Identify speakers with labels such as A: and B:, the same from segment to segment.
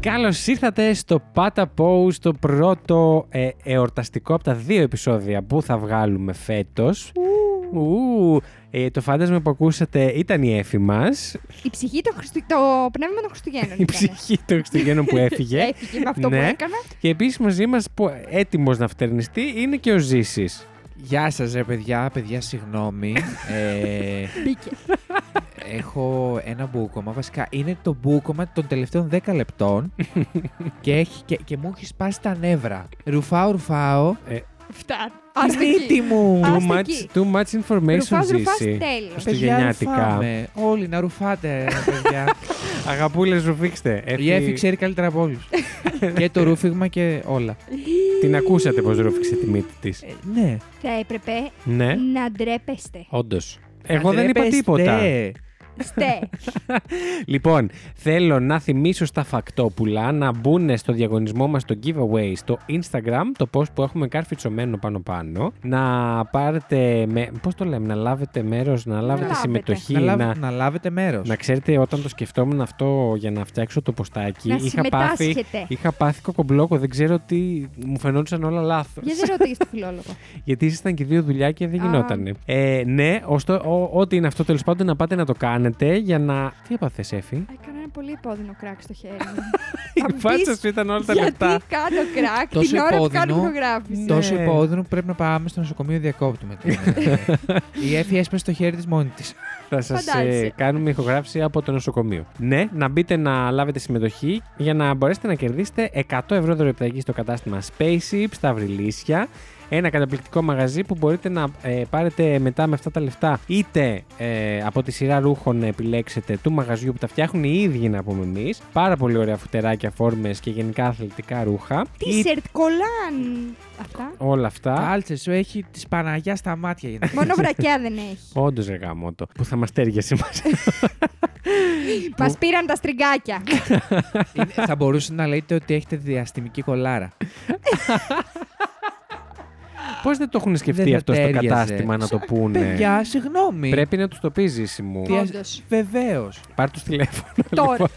A: Καλώς ήρθατε στο Πάτα Pose, το πρώτο ε, εορταστικό από τα δύο επεισόδια που θα βγάλουμε φέτος. Ου, ε, το φάντασμα που ακούσατε ήταν η έφη μας,
B: Η ψυχή το, Χριστου... το πνεύμα των Χριστουγέννων.
A: η ψυχή των Χριστουγέννων που έφυγε.
B: Έφυγε με αυτό
A: Ναι.
B: που έκανα.
A: και επίσης μαζί μας που έτοιμος να φτερνιστεί είναι και ο Ζήσης.
C: Γεια σας ρε παιδιά, παιδιά συγγνώμη. ε,
B: Μπήκε.
C: έχω ένα μπούκομα, βασικά είναι το μπούκομα των τελευταίων 10 λεπτών και, έχει, και, και μου έχει σπάσει τα νεύρα. Ρουφάω, ρουφάω,
B: Φτάνει.
C: τη μύτη μου.
B: Α,
A: Too
B: Ας
A: much,
B: εκεί.
A: too much information,
B: Ρουφάς, ρουφάς, ναι.
A: Ζήση.
B: τέλειος.
C: Παιδιά,
A: Χριστουγεννιάτικα.
C: ρουφάμε. Όλοι να ρουφάτε, ρε παιδιά.
A: Αγαπούλες, ρουφήξτε.
C: Η Εφη
A: Έφη,
C: ξέρει καλύτερα από όλους. και το ρούφιγμα και όλα.
A: την ακούσατε πως ρουφήξε τη μύτη της.
C: Ε, ναι.
B: Θα έπρεπε
A: Ναι,
B: να ντρέπεστε.
A: όντως. Εγώ δεν είπα
C: Ντρέπεστε.
A: τίποτα.
B: Στε.
A: Λοιπόν, θέλω να θυμίσω στα φακτόπουλα να μπουν στο διαγωνισμό μας στο giveaway στο Instagram, το post που έχουμε καρφιτσωμένο πάνω πάνω, να πάρετε, με, πώς το λέμε, να λάβετε μέρος, να λάβετε
B: λάβετε.
A: συμμετοχή,
C: Να, λάβ-
A: να,
C: να λάβετε μέρος.
A: να ξέρετε όταν το σκεφτόμουν αυτό για να φτιάξω το ποστάκι,
B: να
A: είχα πάθει,
B: συμμετάσχετε.
A: είχα πάθει κοκομπλόκο, δεν ξέρω τι, μου φαινόντουσαν όλα λάθος.
B: Γιατί δεν ρωτήγες το φιλόλογο.
A: Γιατί ήσασταν και δύο δουλειά και δεν
B: Α.
A: γινότανε. Ε, ναι, ωστό, ό, ό,τι είναι αυτό τέλος πάντων να πάτε να το κάνετε για να. Τι έπαθε, Εφη.
B: Έκανα ένα πολύ επώδυνο κράκ στο χέρι μου.
A: Η
B: Θα
A: φάτσα
B: πεις
A: σου ήταν όλα τα
B: Γιατί
A: λεπτά.
B: κάνω κράκ την
C: Τόσο
B: ώρα που
C: επώδυνο.
B: κάνω ηχογράφηση.
A: Το-
C: Τόσο
A: Ναι.
C: υπόδεινο που πρέπει να πάμε στο νοσοκομείο διακόπτουμε. την, ε, Η Εφη έσπασε το χέρι της μόνη της.
A: Θα σας
B: Φαντάζεσαι.
A: κάνουμε ηχογράφηση από το νοσοκομείο. Ναι, να μπείτε να λάβετε συμμετοχή για να μπορέσετε να κερδίσετε 100 ευρώ δωρεοπιταγή στο κατάστημα Spaceship στα Βρυλίσια. Ένα καταπληκτικό μαγαζί που μπορείτε να ε, πάρετε μετά με αυτά τα λεφτά είτε ε, από τη σειρά ρούχων να επιλέξετε του μαγαζιού που τα φτιάχνουν οι ίδιοι να πούμε εμείς. Πάρα πολύ ωραία φουτεράκια, φόρμες και γενικά αθλητικά ρούχα.
B: Τι
A: Ή-
B: σερτ κολλάν. Αυτά.
A: Όλα αυτά.
C: Κάλτσες σου έχει τη Παναγιά στα μάτια. είναι.
B: Μόνο βρακιά δεν έχει.
A: Όντως ρε γαμότο, που θα μας τέριασε μας.
B: Μας πήραν τα στριγκάκια.
C: Είναι- Θα μπορούσε να λέτε ότι έχετε διαστημική κολάρα.
A: Πώς δεν το έχουν
C: Δεν
A: σκεφτεί
C: θα
A: αυτό στο
C: τέριαζε.
A: κατάστημα να το πούνε.
C: Ναι. Παιδιά, συγγνώμη.
A: Πρέπει να τους το πεις, Ζήση μου.
B: Τι-
C: Βεβαίως.
A: Πάρ τους τηλέφωνο.
B: Τώρα.
A: λοιπόν.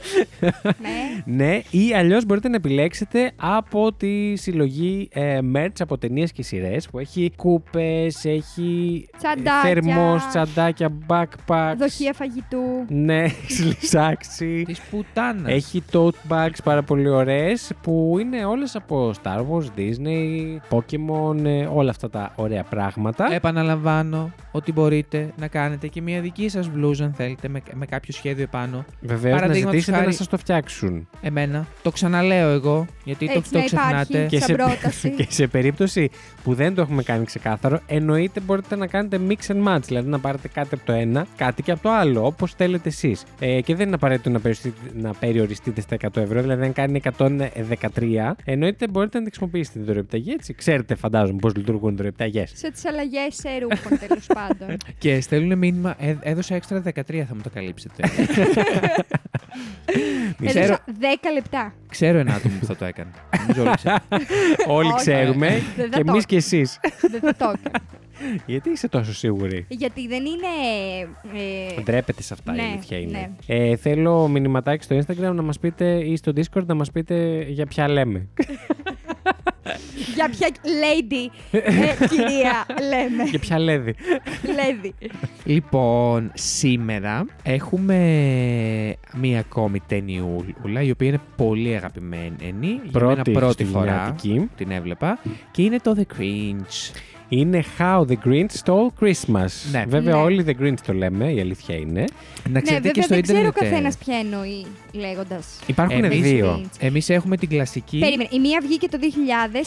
B: Ναι.
A: Ναι, ή αλλιώς μπορείτε να επιλέξετε από τη συλλογή ε, merch από ταινίες και σειρές που έχει κούπες, έχει
B: Τσαντάκια.
A: θερμός, τσαντάκια, backpacks.
B: Δοχεία φαγητού.
A: Ναι, ξυλισάξι.
C: Τη πουτάνα.
A: Έχει tote bags πάρα πολύ ωραίες που είναι όλες από Star Wars, Disney, Pokemon, ε, όλα αυτά τα ωραία πράγματα.
C: Επαναλαμβάνω ότι μπορείτε να κάνετε και μια δική σας μπλούζα αν θέλετε με, με κάποιο σχέδιο επάνω.
A: Βεβαίως να
C: παραδείγματος
A: ζητήσετε να
C: χάρη-
A: σας το φτιάξουν.
C: Εμένα. Το ξαναλέω εγώ γιατί το,
B: Έτσι
C: το
B: να
C: ξεχνάτε.
B: υπάρχει.
A: Και
B: Ε, Σαν
A: σε,
B: πρόταση.
A: και σε περίπτωση που δεν το έχουμε κάνει ξεκάθαρο, εννοείται μπορείτε να κάνετε mix and match, δηλαδή να πάρετε κάτι από το ένα, κάτι και από το άλλο, όπως θέλετε εσείς. Ε, και δεν είναι απαραίτητο να περιοριστείτε, να περιοριστείτε στα 100 ευρώ, δηλαδή αν κάνει 113, εννοείται μπορείτε να τη χρησιμοποιήσετε την δωρεοπιταγή, έτσι. Ξέρετε, φαντάζομαι, πώς λειτουργούν οι δωρεοπιταγέ.
B: Σε τις αλλαγές σε ρούχων τέλος πάντων.
C: Και στέλνουν μήνυμα. «Ε, έδωσα έξτρα 13, θα μου το καλύψετε.
B: Ε, Έδωσα 10 λεπτά.
C: Ξέρω ένα άτομο που θα το έκανε. Νομίζω όλοι ξέρουν.
A: Όλοι
B: Όχι.
A: ξέρουμε,
B: Δεν
A: και
B: θα το
A: εμείς και εσείς.
B: Δεν θα το έκανα.
A: Γιατί είσαι τόσο σίγουρη.
B: Γιατί δεν είναι. ε,
A: Ντρέπετε σε αυτά, η
B: Ναι,
A: αλήθεια είναι.
B: ναι.
A: Ε, θέλω μηνυματάκι στο Instagram να μας πείτε ή στο Discord να μας πείτε για ποια λέμε.
B: για ποια lady, ε, κυρία, λέμε.
A: για ποια λέδη.
B: lady.
C: Λοιπόν, σήμερα έχουμε μία ακόμη ταινιούλα, η οποία είναι πολύ αγαπημένη. για
A: πρώτη,
C: μένα πρώτη φορά
A: χριστουγεννιάτικη.
C: που την έβλεπα. Και είναι το The Cringe.
A: Είναι How the Grinch Stole Christmas.
C: Ναι.
A: Βέβαια,
B: Ναι.
A: όλοι The Grinch το λέμε, η αλήθεια είναι.
C: Να
B: Ναι,
C: ξέρετε και
B: βέβαια
C: στο
B: δεν ξέρω
A: ε.
C: ίντερνετ. ε,
B: καθένας ποια εννοεί λέγοντας.
A: Υπάρχουν
C: Εμείς-
A: δύο.
B: Grinch.
C: Εμείς έχουμε την κλασική.
B: Περίμενε. Η μία βγήκε το 2000,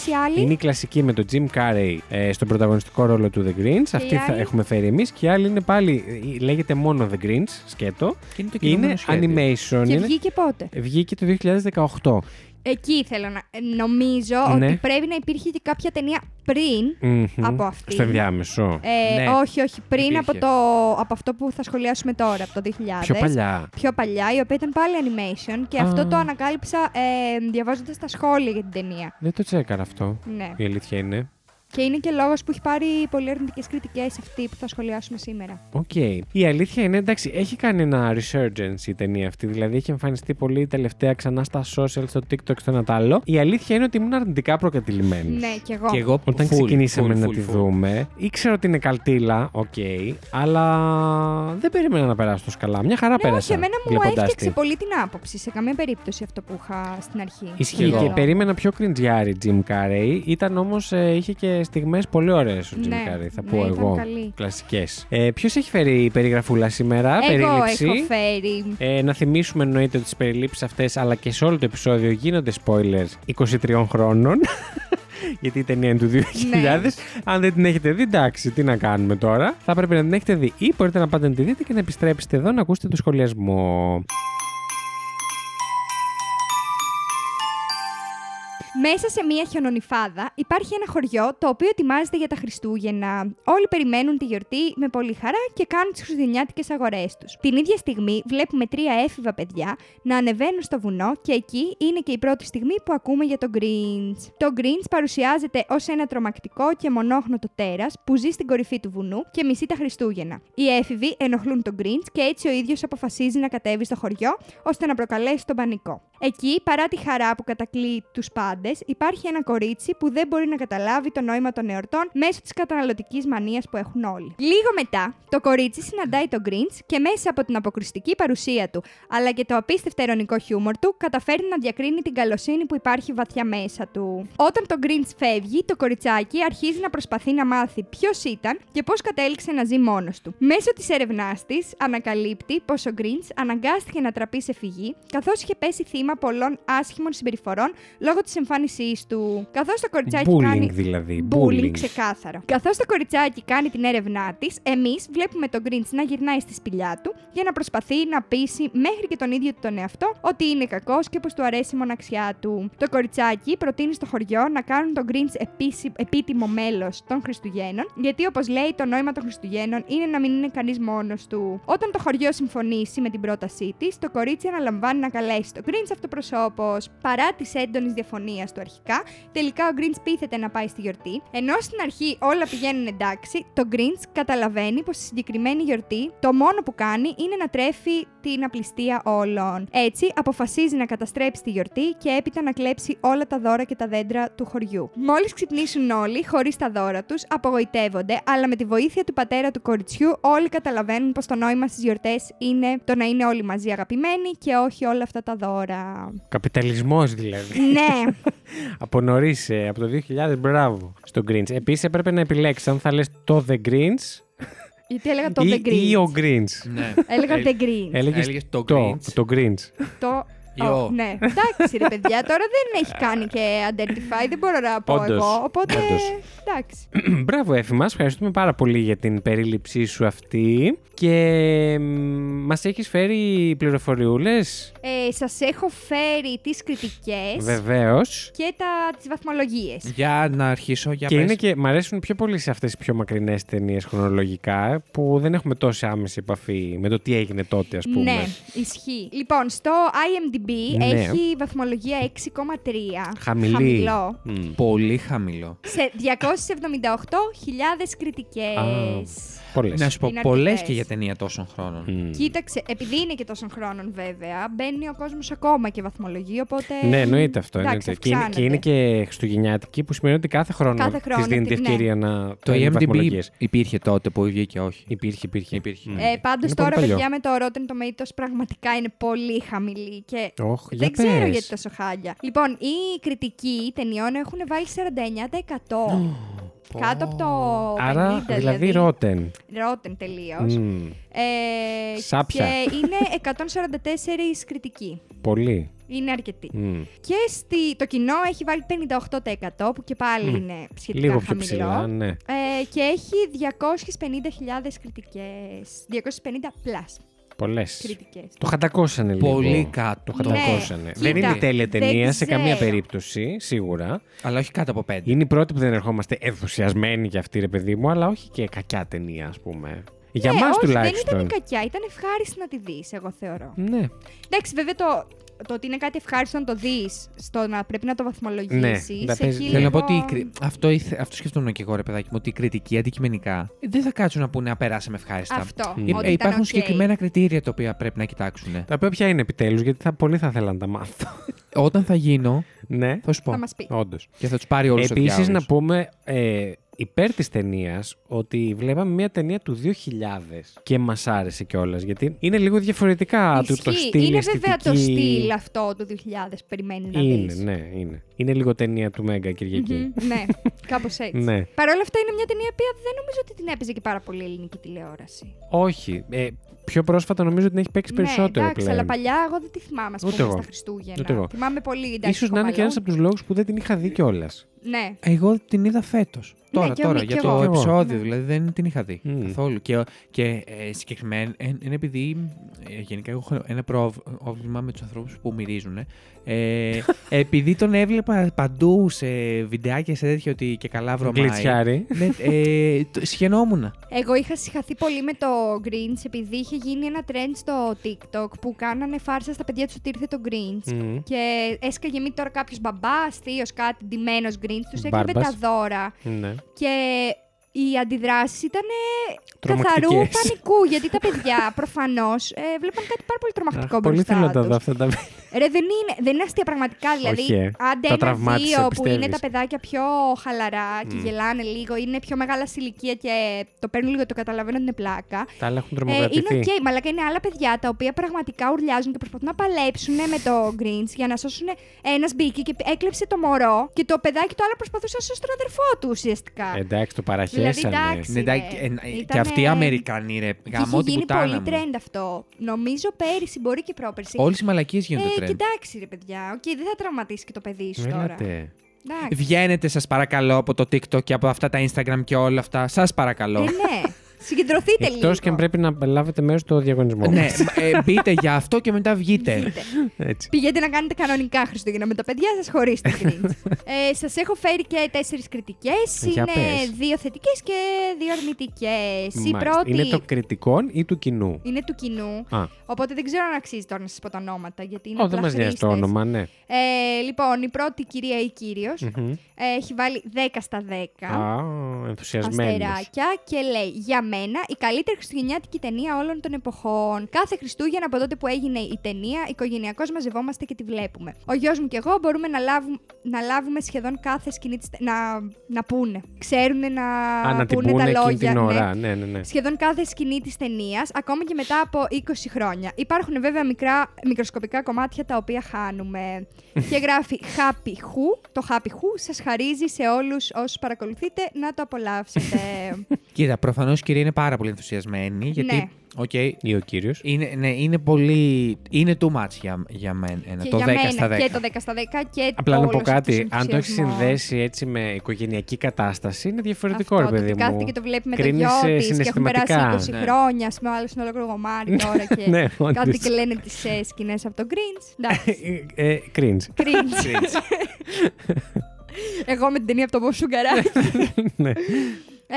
B: η άλλη.
A: Είναι η κλασική με τον Jim Carrey ε, στον πρωταγωνιστικό ρόλο του The Grinch. Αυτή
B: η
A: θα
B: άλλη?
A: έχουμε φέρει εμείς. Και η άλλη είναι πάλι. ε, Λέγεται μόνο The Grinch, σκέτο.
C: και είναι το
A: Είναι
C: κινούμενο σχέδιο.
A: animation.
B: Και
A: είναι-
B: βγήκε πότε.
A: Βγήκε το 2018.
B: Εκεί θέλω να. ε, Νομίζω
A: Ναι.
B: ότι πρέπει να υπήρχε και κάποια ταινία πριν.
A: Μμμ.
B: Από αυτή.
A: Στο ενδιάμεσο.
B: Ε,
C: Ναι.
B: Όχι, όχι, πριν
C: Υπήρχε.
B: από, το, από αυτό που θα σχολιάσουμε τώρα, από το 2000.
A: Πιο παλιά.
B: πιο παλιά, η οποία ήταν πάλι animation και αυτό
A: Α.
B: το ανακάλυψα ε, διαβάζοντας τα σχόλια για την ταινία.
A: Δεν το τσέκαρα αυτό.
B: Ναι.
A: Η αλήθεια είναι.
B: Και είναι και λόγος που έχει πάρει πολύ αρνητικές κριτικές αυτή που θα σχολιάσουμε σήμερα.
A: Οκ. Η αλήθεια είναι εντάξει, έχει κάνει ένα resurgence η ταινία αυτή. Δηλαδή έχει εμφανιστεί πολύ τελευταία ξανά στα social, στο TikTok, στο ένα τα άλλο. Η αλήθεια είναι ότι ήμουν αρνητικά προκατηλημένη.
B: Ναι, κι εγώ.
C: Και εγώ
A: Όταν
C: full,
A: ξεκινήσαμε
C: full,
A: να
C: full,
A: τη
C: full.
A: δούμε, ήξερα ότι είναι καλτήλα, οκ, αλλά δεν περίμενα να περάσω τόσο καλά. Μια χαρά
B: Ναι,
A: πέρασα.
B: όχι, εμένα μου
A: βλέποντάς
B: έφτιαξε
A: τη.
B: πολύ την άποψη σε καμία περίπτωση αυτό που είχα στην αρχή.
A: Ισχύει
C: Κι εγώ.
A: και περίμενα πιο κριντζιάρι Jim Carrey. Ήταν όμως, είχε και στιγμές πολύ ωραίες ο Jim
B: Ναι,
A: Carrey, θα
B: ναι,
A: πω
B: ήταν
A: εγώ.
B: καλή.
A: Κλασικές. Ε, Ποιος έχει φέρει η περιγραφούλα σήμερα,
B: Εγώ
A: περίληψη.
B: έχω φέρει.
A: Ε, να θυμίσουμε εννοείται ότι τις περιλήψεις αυτές αλλά και σε όλο το επεισόδιο γίνονται spoilers 23 χρόνων. Γιατί η ταινία είναι
B: Ναι.
A: του 2000. Αν δεν την έχετε δει, εντάξει, τι να κάνουμε τώρα. Θα πρέπει να την έχετε δει ή μπορείτε να πάτε να τη δείτε και να επιστρέψετε εδώ να ακούσετε το σχολιασμό.
B: Μέσα σε μία χιονονιφάδα υπάρχει ένα χωριό το οποίο ετοιμάζεται για τα Χριστούγεννα. Όλοι περιμένουν τη γιορτή με πολύ χαρά και κάνουν τις χριστουγεννιάτικες αγορές τους. Την ίδια στιγμή βλέπουμε τρία έφηβα παιδιά να ανεβαίνουν στο βουνό και εκεί είναι και η πρώτη στιγμή που ακούμε για τον Grinch. Το Grinch παρουσιάζεται ως ένα τρομακτικό και μονόχνοτο τέρας που ζει στην κορυφή του βουνού και μισεί τα Χριστούγεννα. Οι έφηβοι ενοχλούν τον Grinch και έτσι ο ίδιος αποφασίζει να κατέβει στο χωριό ώστε να προκαλέσει τον πανικό. Εκεί, παρά τη χαρά που κατακλεί τους πάντες, υπάρχει ένα κορίτσι που δεν μπορεί να καταλάβει το νόημα των εορτών μέσω της καταναλωτικής μανίας που έχουν όλοι. Λίγο μετά, το κορίτσι συναντάει τον Grinch και μέσα από την αποκριστική παρουσία του, αλλά και το απίστευτα ειρωνικό χιούμορ του, καταφέρει να διακρίνει την καλοσύνη που υπάρχει βαθιά μέσα του. Όταν το Grinch φεύγει, το κοριτσάκι αρχίζει να προσπαθεί να μάθει ποιος ήταν και πώς κατέληξε να ζει μόνος του. Μέσω της έρευνάς της, ανακαλύπτει πως ο Grinch αναγκάστηκε να τραπεί σε φυγή, καθώς είχε πέσει θύμα πολλών άσχημων συμπεριφορών λόγω της εμφάνισής του. Καθώς το κοριτσάκι
A: Bullying
B: κάνει.
A: δηλαδή.
B: Bullying,
A: Bullying.
B: ξεκάθαρα. Καθώς το κοριτσάκι κάνει την έρευνά της, εμείς βλέπουμε τον Grinch να γυρνάει στη σπηλιά του για να προσπαθεί να πείσει μέχρι και τον ίδιο του τον εαυτό ότι είναι κακός και πως του αρέσει η μοναξιά του. Το κοριτσάκι προτείνει στο χωριό να κάνουν τον Grinch επίση- επίτιμο μέλος των Χριστουγέννων, γιατί όπως λέει, το νόημα των Χριστουγέννων είναι να μην είναι κανείς μόνος του. Όταν το χωριό συμφωνήσει με την πρότασή της, το κορίτσι αναλαμβάνει να καλέσει τον Grinch αυτοπροσώπο. Παρά τη έντονη διαφωνία του αρχικά, Τελικά ο Grinch πείθεται να πάει στη γιορτή. Ενώ στην αρχή όλα πηγαίνουν εντάξει, το Grinch καταλαβαίνει πως στη συγκεκριμένη γιορτή το μόνο που κάνει είναι να τρέφει την απληστία όλων. Έτσι, αποφασίζει να καταστρέψει τη γιορτή και έπειτα να κλέψει όλα τα δώρα και τα δέντρα του χωριού. Μόλις ξυπνήσουν όλοι, χωρίς τα δώρα τους, απογοητεύονται, αλλά με τη βοήθεια του πατέρα του κοριτσιού, όλοι καταλαβαίνουν πως το νόημα στις γιορτές είναι το να είναι όλοι μαζί αγαπημένοι και όχι όλα αυτά τα δώρα.
A: Καπιταλισμός δηλαδή.
B: ναι,
A: από νωρίς, από το 2000, μπράβο στο Grinch. Επίσης έπρεπε να επιλέξεις αν θα λες το The Grinch
B: γιατί έλεγα το
A: ή,
B: The
A: ή
B: Grinch.
A: ο Grinch.
C: Ναι.
B: Έλεγα
C: Ε,
B: The Green.
A: Έλεγες
C: Έλεγες το Grinch.
A: Το Grinch.
B: Το.
C: Ή ο.
B: Ω, ναι, εντάξει ρε παιδιά, τώρα δεν έχει κάνει και identify, δεν μπορώ να πω
A: Όντως,
B: εγώ, οπότε
A: όντως.
B: εντάξει.
A: Μπράβο, Έφη μας. Ευχαριστούμε πάρα πολύ για την περίληψή σου αυτή. Και μ, μας έχεις φέρει πληροφοριούλες,
B: Ε, σας έχω φέρει τις κριτικές
A: βεβαίως.
B: και τα, τις βαθμολογίες.
C: Για να αρχίσω, για
A: Και
C: πες.
A: είναι και μ' αρέσουν πιο πολύ σε αυτές τις πιο μακρινές ταινίες χρονολογικά, που δεν έχουμε τόση άμεση επαφή με το τι έγινε τότε, ας πούμε.
B: Ναι, ισχύει. Λοιπόν, στο IMDb
A: Ναι.
B: έχει βαθμολογία 6,3.
A: Χαμηλή.
B: Χαμηλό.
A: Μμ.
C: Πολύ χαμηλό.
B: Σε 278.000 κριτικές.
A: Α, Πολλές.
C: Να σου πω,
B: Είναι
C: πολλέ
B: αρκετές.
C: και για ταινία τόσων χρόνων.
A: Μμ.
B: Κοίταξε, επειδή είναι και τόσων χρόνων βέβαια, μπαίνει ο κόσμος ακόμα και βαθμολογεί, οπότε.
A: Ναι, εννοείται αυτό.
B: Ε, Εντάξει,
A: εννοείται. Και, είναι, και είναι
B: αυξάνεται.
A: και χριστουγεννιάτικη που σημαίνει ότι κάθε χρόνο,
B: Κάθε
A: της
B: χρόνο
A: δίνεται
B: την- ναι.
A: ευκαιρία να
C: Το E
A: κάνει
C: IMDb
A: βαθμολογίες.
C: υπήρχε τότε που βγήκε όχι.
A: Υπήρχε, υπήρχε.
C: Υπήρχε.
A: Μμ.
B: Ε, Πάντως
A: Είναι πολύ
B: τώρα,
A: παλιό.
B: παιδιά, με το Rotten Tomatoes πραγματικά είναι πολύ χαμηλή και
A: Ωχ, για
B: δεν ξέρω
A: πες.
B: γιατί τόσο χάλια. Λοιπόν, οι κριτικοί ταινιών έχουν βάλει 49%. Κάτω από το.
A: Άρα,
B: 50,
A: δηλαδή, ρότεν.
B: Rotten τελείω.
A: Μμ.
B: Ε,
A: Σάψα.
B: Και είναι 144 κριτικοί.
A: Πολύ.
B: Είναι αρκετοί.
A: Μμ.
B: Και στη, το κοινό έχει βάλει 58% που και πάλι
A: Μμ.
B: είναι σχετικά
A: Λίγο πιο
B: χαμηλό.
A: ψηλά, ναι.
B: Ε, και έχει 250.000 κριτικές. 250 plus
A: Πολλές.
B: κριτικές.
A: Το χατακώσανε λίγο.
C: Πολύ
A: Το
C: κάτω.
A: χατακώσανε.
B: Ναι,
A: δεν
B: κοίτα,
A: είναι τέλεια
B: δεν
A: ταινία σε
B: ξέρω.
A: καμία περίπτωση, σίγουρα.
C: Αλλά όχι κάτω από πέντε.
A: Είναι η πρώτη που δεν ερχόμαστε ενθουσιασμένοι για αυτή, ρε παιδί μου, αλλά όχι και κακιά ταινία, ας πούμε. Για
B: ναι,
A: μας
B: όχι,
A: τουλάχιστον.
B: δεν ήταν κακιά, ήταν ευχάριστη να τη δεις, εγώ θεωρώ.
A: Ναι.
B: Εντάξει, βέβαια το, το ότι είναι κάτι ευχάριστο να το δεις, στο να πρέπει να το λοιπόν βαθμολογήσεις.
A: Ναι, παίζει-
C: Θέλω να
B: λίγο...
C: πω ότι. η κρι- Αυτό, ήθε- αυτό σκεφτόμουν και εγώ, ρε παιδάκι μου, ότι η κριτική αντικειμενικά ε, δεν θα κάτσουν να πούνε απεράσαμε ευχάριστα.
B: Αυτό.
A: Μ.
B: Ότι
A: Ε,
B: ήταν
C: Ε, υπάρχουν
B: οκ.
C: συγκεκριμένα κριτήρια τα οποία πρέπει να κοιτάξουν.
A: Τα οποία ποια είναι επιτέλους, γιατί θα, πολύ θα ήθελα να τα μάθω.
C: Όταν θα γίνω,
A: ναι,
C: θα σου πω.
B: Θα μας πει.
A: όντως.
C: Και θα τους πάρει όλους του
A: Επίση, να πούμε ε, υπέρ της ταινίας ότι βλέπαμε μια ταινία του 2000 και μας άρεσε κιόλας. Γιατί είναι λίγο διαφορετικά του το
B: Ισχύει.
A: στυλ. η
B: είναι βέβαια το
A: αισθητική.
B: στυλ αυτό του 2000 περιμένει να
A: Είναι,
B: δεις.
A: ναι, είναι. Είναι λίγο ταινία του Μέγκα Κυριακή.
B: Μμμ, ναι, κάπως έτσι.
A: Ναι.
B: Παρ' όλα αυτά είναι μια ταινία που δεν νομίζω ότι την έπαιζε και πάρα πολύ η ελληνική τηλεόραση.
A: Όχι. Ε, πιο πρόσφατα νομίζω ότι την έχει παίξει
B: ναι,
A: περισσότερο
B: εντάξει,
A: πλέον.
B: αλλά παλιά εγώ δεν τη θυμάμαι, ας
A: Ούτε
B: πούμε,
A: εγώ.
B: στα Χριστούγεννα.
A: Ούτε εγώ.
B: Θυμάμαι πολύ εντάξει.
A: Ίσως να είναι και ένας από τους λόγους που δεν την είχα δει κιόλας.
B: Ναι,
C: Εγώ την είδα φέτος. Τώρα,
B: και
C: τώρα,
B: εμεί-
C: για
B: και
C: το
B: εγώ.
C: επεισόδιο.
B: Ναι.
C: Δηλαδή δεν την είχα δει
A: Μμμ.
C: καθόλου. Και, και ε, συγκεκριμένα ε, είναι επειδή ε, γενικά έχω ένα πρόβλημα με τους ανθρώπους που μυρίζουν. Ε, επειδή τον έβλεπα παντού σε βιντεάκια σε τέτοιο ότι και καλά βρωμάει.
A: Γκλιτσιάρι.
C: ναι, ε, το- σχαινόμουνα.
B: εγώ είχα συγχαθεί πολύ με το Greens επειδή είχε γίνει ένα trend στο TikTok που κάνανε φάρσα στα παιδιά τους ότι ήρθε το Greens.
A: Μμμ.
B: Και έσκαγε μη τώρα κάποιος μπαμπάς, θείος, κάτι ντυμένος Greens, του έκλειβε
A: Μπάρμπας.
B: τα δώρα.
A: Ναι.
B: Και οι αντιδράσει ήταν ε,
A: Τρομακτικές.
B: καθαρού πανικού. Γιατί τα παιδιά προφανώς ε, βλέπαν κάτι πάρα πολύ τρομακτικό
A: Αχ, πολύ
B: μπροστά
A: θέλω να τα
B: τους.
A: δω αυτά τα
B: Ρε, δεν είναι, δεν είναι αστεία πραγματικά. Δηλαδή,
A: Όχι, ε.
B: άντε
A: Τα τραυμάτισα,
B: ένα-δύο που
A: πιστεύεις.
B: είναι τα παιδάκια πιο χαλαρά και
A: Μμ.
B: γελάνε λίγο, είναι πιο μεγάλα σε ηλικία και το παίρνουν λίγο, το καταλαβαίνω ότι είναι πλάκα.
A: Τα άλλα έχουν
B: Ε, είναι
A: τρομοκρατηθεί.
B: οκ, μαλάκα είναι άλλα παιδιά τα οποία πραγματικά ουρλιάζουν και προσπαθούν να παλέψουν με το Grinch για να σώσουν ένας μπήκε και έκλεψε το μωρό και το παιδάκι το άλλο προσπαθούσε να σώσει τον αδερφό του ουσιαστικά.
A: Εντάξει, το παραχέσανε.
B: Δηλαδή, εντάξει.
C: Ναι, εντάξει,
B: Ήτανε-
C: ε, Και
B: ήτανε-
C: αυτοί οι Αμερικανοί ρε.
B: Και
C: Γαμώ
B: είχε
C: την
B: γίνει
C: πουτάνα
B: πολύ
C: μου.
B: τρέντ αυτό. Νομίζω πέρυσι, μπορεί και πρόπερσι.
C: Όλες οι μαλακίες
B: ε,
C: γίνονται τρέντ.
B: κοιτάξει ρε παιδιά, οκ, δεν θα τραυματίσει και το παιδί σου τώρα.
A: Έλατε.
B: Εντάξει.
C: Βγαίνετε, σας παρακαλώ, από το TikTok και από αυτά τα Instagram και όλα αυτά. Σας παρακαλώ.
B: Ε, ναι. Συγκεντρωθείτε λίγο.
A: Εκτό και αν πρέπει να λάβετε μέρος στο διαγωνισμό.
C: ναι, ε, μπείτε για αυτό και μετά βγείτε.
B: Βγείτε.
A: Έτσι.
B: Πηγαίνετε να κάνετε κανονικά Χριστούγεννα με τα παιδιά σας χωρίς την cringe. ε, σας έχω φέρει και τέσσερις κριτικές.
A: Ε, Για
B: Είναι
A: πες.
B: δύο θετικές και δύο αρνητικές. Η
A: Μάλιστα.
B: πρώτη
A: Είναι το κριτικών ή του κοινού.
B: είναι του κοινού.
A: Α,
B: Οπότε δεν ξέρω αν αξίζει τώρα να σας πω τα ονόματα. Γιατί είναι
A: Ω,
B: απλά
A: δεν μας νοιάζει το
B: χρήστες.
A: όνομα, ναι.
B: Ε, λοιπόν, η πρώτη κυρία ή κύριος
A: Μμμ.
B: έχει βάλει 10 στα 10.
A: Α, ενθουσιασμένο.
B: αστεράκια και λέει «Για μένα η καλύτερη χριστουγεννιάτικη ταινία όλων των εποχών. Κάθε Χριστούγεννα από τότε που έγινε η ταινία, οικογενειακώς μαζευόμαστε και τη βλέπουμε. Ο γιος μου και εγώ μπορούμε να λάβουμε, να λάβουμε σχεδόν κάθε σκηνή της... τε- Να, να πούνε. Ξέρουν να,
A: Α, να την
B: πούνε
A: πούνε
B: τα
A: εκείνη
B: λόγια.
A: την
B: ναι.
A: ώρα. Ναι, ναι, ναι.
B: Σχεδόν κάθε σκηνή της ταινίας, ακόμα και μετά από 20 χρόνια. Υπάρχουν βέβαια μικρά, μικροσκοπικά κομμάτια τα οποία χάνουμε. και γράφει Happy Who. Το Happy Who σας χαρίζει σε όλους όσους παρακολουθείτε να το απολαύσετε.
C: Κοίτα, προφανώς η κυρία είναι πάρα πολύ ενθουσιασμένη.
B: Ναι.
C: Γιατί. Οκ.
A: Ή ο κύριος.
C: είναι, ναι, είναι πολύ. Είναι too much για, για μένα. ε,
B: και
C: το
B: για
C: 10
B: μένα
C: στα 10.
B: και το 10 στα 10 και
A: Απλά
B: το
A: να πω
B: όλος αυτός
A: κάτι.
B: ο
A: Αν το έχεις
B: ενθουσιασμός.
A: συνδέσει έτσι με οικογενειακή κατάσταση, είναι διαφορετικό,
B: Αυτό,
A: ρε παιδί
B: το ότι κάθεται
A: μου.
B: και το βλέπει με το
A: Κρίνεις,
B: γιο
A: ε,
B: της και έχουν περάσει 20
A: συναισθηματικά,
C: ναι.
B: χρόνια, ας πούμε, ο άλλος είναι ολόκληρο γομάρι τώρα και
A: Ναι,
B: κάθεται
A: όντως.
B: και λένε τις ε, σκηνές από το Grinch. Εντάξει.
A: Ε, Κρίντζ.
B: Cringe. Εγώ με την ταινία από το Μποσούγκαράκι.
A: Ναι.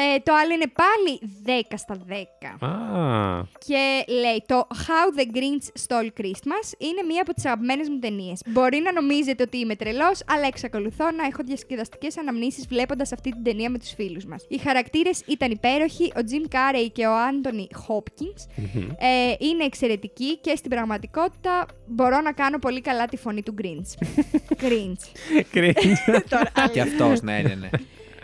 B: ε, το άλλο είναι πάλι 10 στα 10.
A: Α,
B: Και λέει το How the Grinch Stole Christmas είναι μία από τις αγαπημένες μου ταινίες. Μπορεί να νομίζετε ότι είμαι τρελός, αλλά εξακολουθώ να έχω διασκεδαστικές αναμνήσεις βλέποντας αυτή την ταινία με τους φίλους μας. Οι χαρακτήρες ήταν υπέροχοι, ο Jim Carrey και ο Άντωνι Hopkins ε, είναι εξαιρετικοί και στην πραγματικότητα μπορώ να κάνω πολύ καλά τη φωνή του Grinch. Grinch.
A: Cringe.
B: Τώρα,
C: Και αυτός, ναι, ναι, ναι.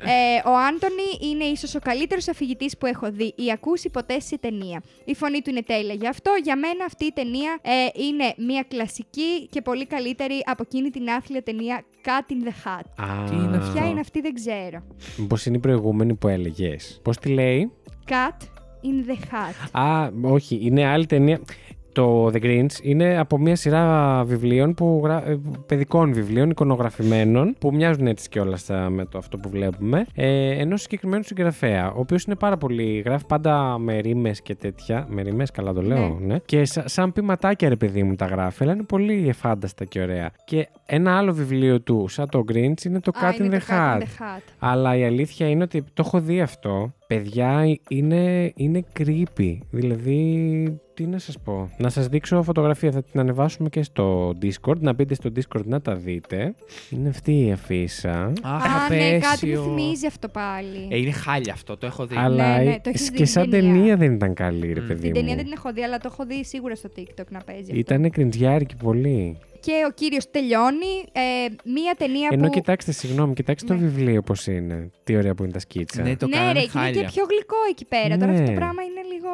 B: ε, ο Άντωνη είναι ίσως ο καλύτερος αφηγητής που έχω δει ή ακούσει ποτέ σε ταινία. Η φωνή του είναι τέλεια γι' αυτό. Για μένα αυτή η ταινία ε, είναι μια κλασική και πολύ καλύτερη από εκείνη την άθλια ταινία Cut in the Hat.
A: Α,
C: Τι είναι αυτό?
B: Ποια είναι αυτή δεν ξέρω.
A: Μήπως είναι η προηγούμενη που έλεγες. Πώς τη λέει.
B: Cut in the Hat.
A: Α, όχι, είναι άλλη ταινία. Το The Grinch είναι από μια σειρά βιβλίων, που, γρα- ε, παιδικών βιβλίων, εικονογραφημένων, που μοιάζουν έτσι κιόλας με το αυτό που βλέπουμε. Ε, ενός συγκεκριμένου συγγραφέα, ο οποίος είναι πάρα πολύ. Γράφει πάντα με ρήμες και τέτοια. Με ρήμες, καλά το λέω, ναι. Και σα- σαν πειματάκια, ρε παιδί μου, τα γράφει, αλλά είναι πολύ εφάνταστα και ωραία. Και ένα άλλο βιβλίο του, σαν το Grinch, είναι το
B: Α,
A: Cut in
B: είναι
A: the
B: το Cut in
A: Heart.
B: the Hat.
A: Αλλά η αλήθεια είναι ότι το έχω δει αυτό Παιδιά, ε, είναι, είναι creepy. Δηλαδή, τι να σας πω. Να σας δείξω φωτογραφία, θα την ανεβάσουμε και στο Discord. Να μπείτε στο Discord να τα δείτε. Είναι αυτή η αφίσα.
B: Α,
C: Αχ,
B: ναι, κάτι
C: απέσιο.
B: μου θυμίζει αυτό πάλι.
C: Ε, είναι χάλια αυτό, το έχω δει.
A: Αλλά
B: ναι,
A: η-
B: το έχεις δει
A: και
B: την
A: σαν
B: ταινία.
A: ταινία δεν ήταν καλή, ρε
C: Μμ.
A: παιδί
B: Την ταινία δεν
A: μου.
B: την έχω δει, αλλά το έχω δει σίγουρα στο TikTok να παίζει. αυτό.
A: Ήτανε κριντζιάρικη πολύ.
B: Και ο κύριος τελειώνει ε, μία ταινία
A: Ενώ
B: που.
A: κοιτάξτε, συγγνώμη, κοιτάξτε το
B: Ναι.
A: βιβλίο πώς είναι. Τι ωραία που είναι τα σκίτσα.
C: Ναι, το
B: ναι,
C: κάνανε
B: ρε, και είναι και
C: χάλια.
B: πιο γλυκό εκεί πέρα. Τώρα αυτό το
A: Ναι.
B: πράγμα είναι λίγο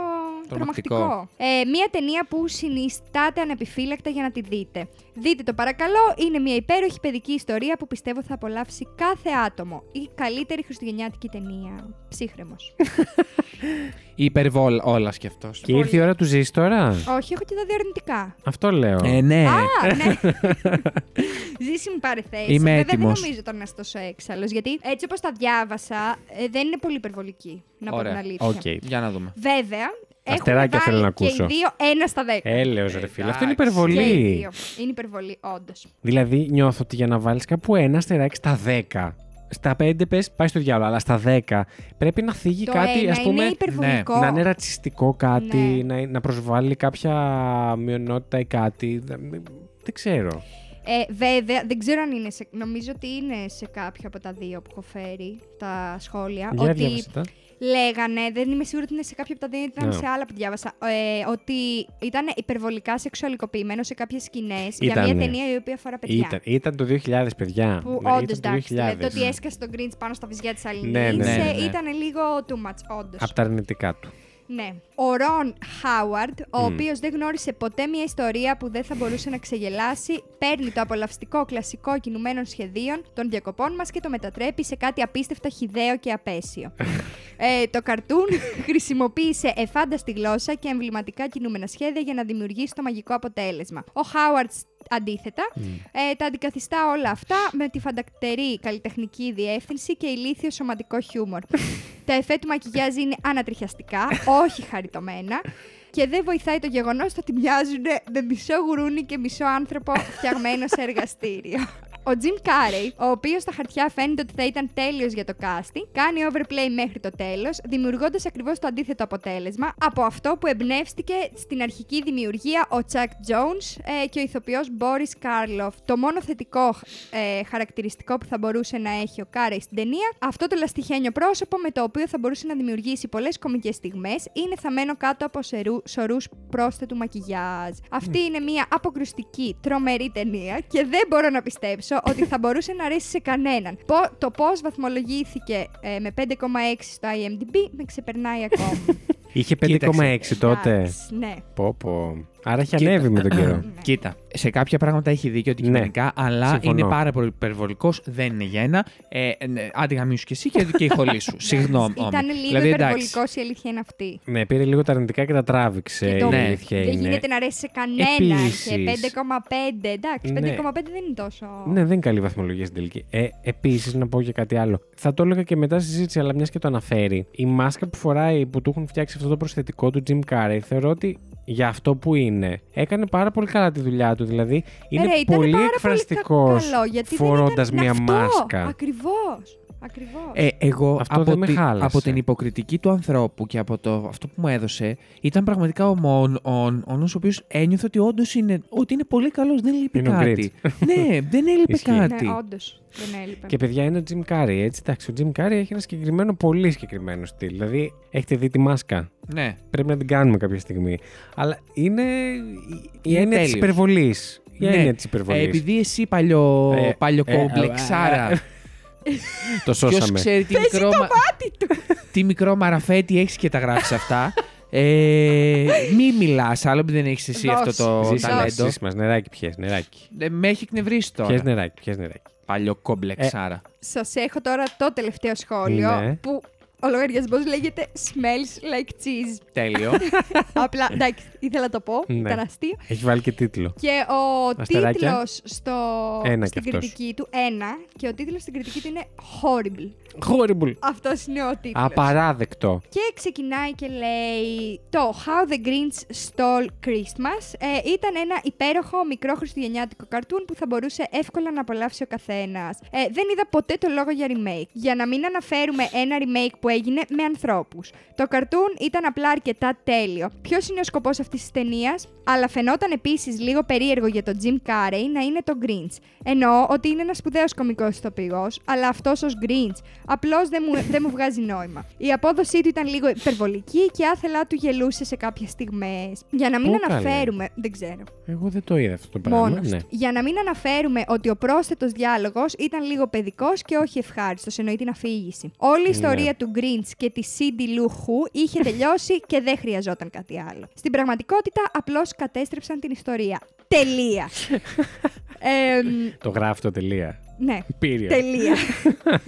C: Τρομακτικό.
B: τρομακτικό. Ε, μία ταινία που συνιστάται ανεπιφύλακτα για να τη δείτε. Δείτε το παρακαλώ. Είναι μία υπέροχη παιδική ιστορία που πιστεύω θα απολαύσει κάθε άτομο. Η καλύτερη χριστουγεννιάτικη ταινία. Ψύχρεμος.
C: Υπερβόλ όλα κι αυτό.
A: Και ήρθε η ώρα του ζεις τώρα.
B: Όχι, έχω και τα δύο αρνητικά.
A: Αυτό λέω.
C: Ε, ναι.
B: Α, ναι. Ζήση μου πάρε θέση.
C: Είμαι
B: Βέβαια,
C: έτοιμος.
B: Δεν νομίζω τώρα να είσαι τόσο έξαλλος, γιατί έτσι όπως τα διάβασα, ε, δεν είναι πολύ υπερβολική. Να πω την
C: Ωραία.
B: αλήθεια.
A: Οκ.
C: Για να δούμε.
B: Βέβαια, έχουμε
A: Αστεράκια
B: βάλει
A: θέλω να
B: και οι
A: ακούσω.
B: δύο ένα στα δέκα.
A: Έλεος ρε φίλε. Αυτό είναι
C: εντάξει.
B: Ε, Και οι
A: υπερβολή.
B: δύο. Είναι υπερβολή, όντως.
A: Δηλαδή νιώθω ότι για να βάλεις κάπου ένα αστεράκι στα 10. Στα 5 πες πάει στο διάλογο, αλλά στα 10 πρέπει να θίγει
B: Το
A: κάτι,
B: ένα
A: ας πούμε, ναι,
B: είναι υπερβολικό.
A: να είναι ρατσιστικό κάτι,
B: Ναι.
A: να, να προσβάλλει κάποια μειονότητα ή κάτι. Δεν, δεν ξέρω.
B: Ε, βέβαια, δεν ξέρω αν είναι σε. Νομίζω ότι είναι σε κάποιο από τα δύο που έχω φέρει τα σχόλια.
A: Για
B: ότι
A: διάβασε τα.
B: Λέγανε, δεν είμαι σίγουρη ότι είναι σε κάποια από τα δύο, ήταν
A: Ναι.
B: σε άλλα που διάβασα, ε, ότι ήταν υπερβολικά σεξουαλικοποιημένο σε κάποιες σκηνές για
A: Ήτανε.
B: μια ταινία η οποία αφορά παιδιά.
A: Ήταν, ήταν το 2000, παιδιά.
B: Που
A: Δηλαδή,
B: όντω
A: ήταν
B: εντάξει, δηλαδή το ότι
A: το 2000.
B: έσκασε τον Grinch πάνω στα βυζιά της Αλληνή
A: Ναι, ναι,
C: ναι, ναι.
B: ήταν λίγο too much, όντως.
A: Από τα αρνητικά του.
B: Ναι. Ο Ρον Χάουαρντ, ο
A: Μμμ.
B: οποίος δεν γνώρισε ποτέ μια ιστορία που δεν θα μπορούσε να ξεγελάσει, παίρνει το απολαυστικό κλασικό κινουμένων σχεδίων των διακοπών μας και το μετατρέπει σε κάτι απίστευτα χιδαίο και απέσιο. ε, το καρτούν χρησιμοποίησε εφάνταστη γλώσσα και εμβληματικά κινούμενα σχέδια για να δημιουργήσει το μαγικό αποτέλεσμα. Ο Χάουαρντ αντίθετα, ε, τα αντικαθιστά όλα αυτά με τη φαντακτερή καλλιτεχνική διεύθυνση και ηλίθιο σωματικό χιούμορ. τα εφέ του μακιγιάζ είναι ανατριχιαστικά, όχι χαριτωμένα. Και δεν βοηθάει το γεγονός ότι μοιάζουν με μισό γουρούνι και μισό άνθρωπο φτιαγμένο σε εργαστήριο. Ο Τζιμ Κάρεϊ, ο οποίος στα χαρτιά φαίνεται ότι θα ήταν τέλειος για το casting, κάνει overplay μέχρι το τέλος, δημιουργώντας ακριβώς το αντίθετο αποτέλεσμα από αυτό που εμπνεύστηκε στην αρχική δημιουργία ο Τσακ Τζόουν και ο ηθοποιός Μπόρι Κάρλοφ. Το μόνο θετικό ε, χαρακτηριστικό που θα μπορούσε να έχει ο Κάρεϊ στην ταινία, αυτό το λαστιχένιο πρόσωπο με το οποίο θα μπορούσε να δημιουργήσει πολλές κομικές στιγμές, είναι θαμένο κάτω από σωρούς πρόσθετου μακιγιάζ. Αυτή είναι μια αποκρουστική, τρομερή ταινία και δεν μπορώ να πιστέψω ότι θα μπορούσε να αρέσει σε κανέναν. Πο- το πώς βαθμολογήθηκε ε, με 5,6 στο IMDb με ξεπερνάει ακόμα.
A: Είχε
C: Κοίταξε.
A: 5,6 τότε.
B: Εντάξει, Ναι.
A: Πω, πω. Άρα έχει
C: Κοίτα.
A: ανέβει με τον καιρό.
B: Ναι.
C: Κοίτα, σε κάποια πράγματα έχει δίκιο αντικειμενικά, αλλά
A: Ναι. Συμφωνώ.
C: είναι πάρα πολύ υπερβολικός, δεν είναι για ένα. Ε, ε, ναι, άντε γαμίσου κι εσύ και, και η χολή σου. Συγγνώμη.
B: Ναι. Ήταν λίγο
C: Δηλαδή, εντάξει.
B: υπερβολικός η αλήθεια είναι αυτή.
A: Ναι, πήρε λίγο τα αρνητικά και τα τράβηξε.
B: Και το-
A: η
C: Ναι.
A: αλήθεια
B: Δεν
A: είναι.
B: γίνεται να αρέσει σε κανέναν.
A: Επίσης.
B: Και 5,5. Εντάξει,
A: Ναι.
B: 5,5 δεν είναι τόσο.
A: Ναι, δεν είναι καλή βαθμολογία στην τελική. Ε, Επίσης, να πω και κάτι άλλο. Θα το έλεγα και μετά στη συζήτηση, αλλά μιας και το αναφέρει. Η μάσκα που φοράει, που του έχουν φτιάξει αυτό το προσθετικό του Jim Carrey, θεωρώ ότι για αυτό που είναι, έκανε πάρα πολύ καλά τη δουλειά του. Δηλαδή, είναι
B: Ε, Ρε, ήταν
A: πολύ
B: πάρα
A: εκφραστικό
B: κα- καλό, γιατί δεν
A: φορώντα
B: ήταν-
A: μια
B: αυτό,
A: μάσκα.
B: Ακριβώς. Ακριβώς.
C: Ε, εγώ
A: Αυτό
C: από,
A: δεν με
C: τη-
A: χάλασε.
C: από την υποκριτική του ανθρώπου και από το, αυτό που μου έδωσε, ήταν πραγματικά ο μόνο ο οποίο ένιωθε ότι όντως είναι, ότι είναι πολύ καλός. Δεν λείπει
A: Είναι ο
C: κάτι. ναι, δεν έλειπε
A: Ισχύει.
C: κάτι.
B: Ναι, όντως. Δεν έλειπε.
A: Και παιδιά είναι ο Jim Carrey, έτσι. Εντάξει, ο Jim Carrey έχει ένα συγκεκριμένο, πολύ συγκεκριμένο στυλ. Δηλαδή, έχετε δει τη μάσκα.
C: ναι.
A: Πρέπει να την κάνουμε κάποια στιγμή. Αλλά είναι η- η
C: Είναι
A: έννοια της
C: τέλειος.
A: υπερβολής. Η
C: Ναι.
A: έννοια της υπερβολής.
C: Ε, επειδή εσύ παλιό,
A: Ε,
C: παλιό
A: ε,
C: κόμπλεξάρα.
A: Το
C: Ποιος
A: σώσαμε.
C: ξέρει τι μικρό, μα- τι μικρό μαραφέτη έχεις και τα γράφει αυτά. Ε, μη μιλάς άλλο που δεν έχεις εσύ
B: Δώσε.
C: αυτό το
A: Ζήση μας,
C: ταλέντο.
A: ζήση μας, νεράκι πιες, νεράκι.
C: Ε, με έχει εκνευρίσει
A: Πιες
C: τώρα.
A: νεράκι, πιες νεράκι.
C: Παλιό κόμπλεξάρα.
B: Σας έχω τώρα το τελευταίο σχόλιο
A: Ναι.
B: που ο λογαριασμός λέγεται Smells like cheese.
A: Ε.
C: Τέλειο.
B: Απλά εντάξει, ήθελα να το πω.
A: Ναι.
B: Ήταν αστείο.
A: Έχει βάλει και τίτλο.
B: Και ο
A: Αστεράκια.
B: τίτλος στο...
A: Ένα
B: στην
A: κι αυτός.
B: κριτική του, ένα, και ο τίτλος στην κριτική του είναι Horrible.
A: Horrible.
B: Αυτός είναι ο τίτλο.
A: Απαράδεκτο.
B: Και ξεκινάει και λέει το How the Grinch Stole Christmas ε, ήταν ένα υπέροχο μικρό χριστουγεννιάτικο καρτούν που θα μπορούσε εύκολα να απολαύσει ο καθένας. Ε, δεν είδα ποτέ το λόγο για remake. Για να μην αναφέρουμε ένα remake που έγινε με ανθρώπους. Το καρτούν ήταν απλά αρκετά τέλειο. Ποιος είναι ο σκοπός αυτής της ταινίας, αλλά φαινόταν επίσης λίγο περίεργο για τον Jim Carrey να είναι το Grinch. Εννοώ ότι είναι ένας σπουδαίος κωμικό ηθοποιό, αλλά αυτός ως Grinch απλώς δεν μου, δεν μου βγάζει νόημα. Η απόδοσή του ήταν λίγο υπερβολική και άθελά του γελούσε σε κάποιες στιγμές. Για να μην
A: Πού καλέ?
B: αναφέρουμε. Δεν ξέρω.
A: Εγώ δεν το είδα αυτό το πράγμα.
B: Μόνος
A: Ναι.
B: του. Για να μην αναφέρουμε ότι ο πρόσθετος διάλογος ήταν λίγο παιδικός και όχι ευχάριστος, εννοεί την αφήγηση. Όλη η ιστορία
A: Ναι.
B: του Grinch και της Cindy Lou Who είχε τελειώσει και δεν χρειαζόταν κάτι άλλο. Στην πραγματικότητα, απλώς κατέστρεψαν την ιστορία. Τελεία. Εμ,
A: Το γράφει το τελεία.
B: ναι.
A: Πύριο.
B: Τελεία.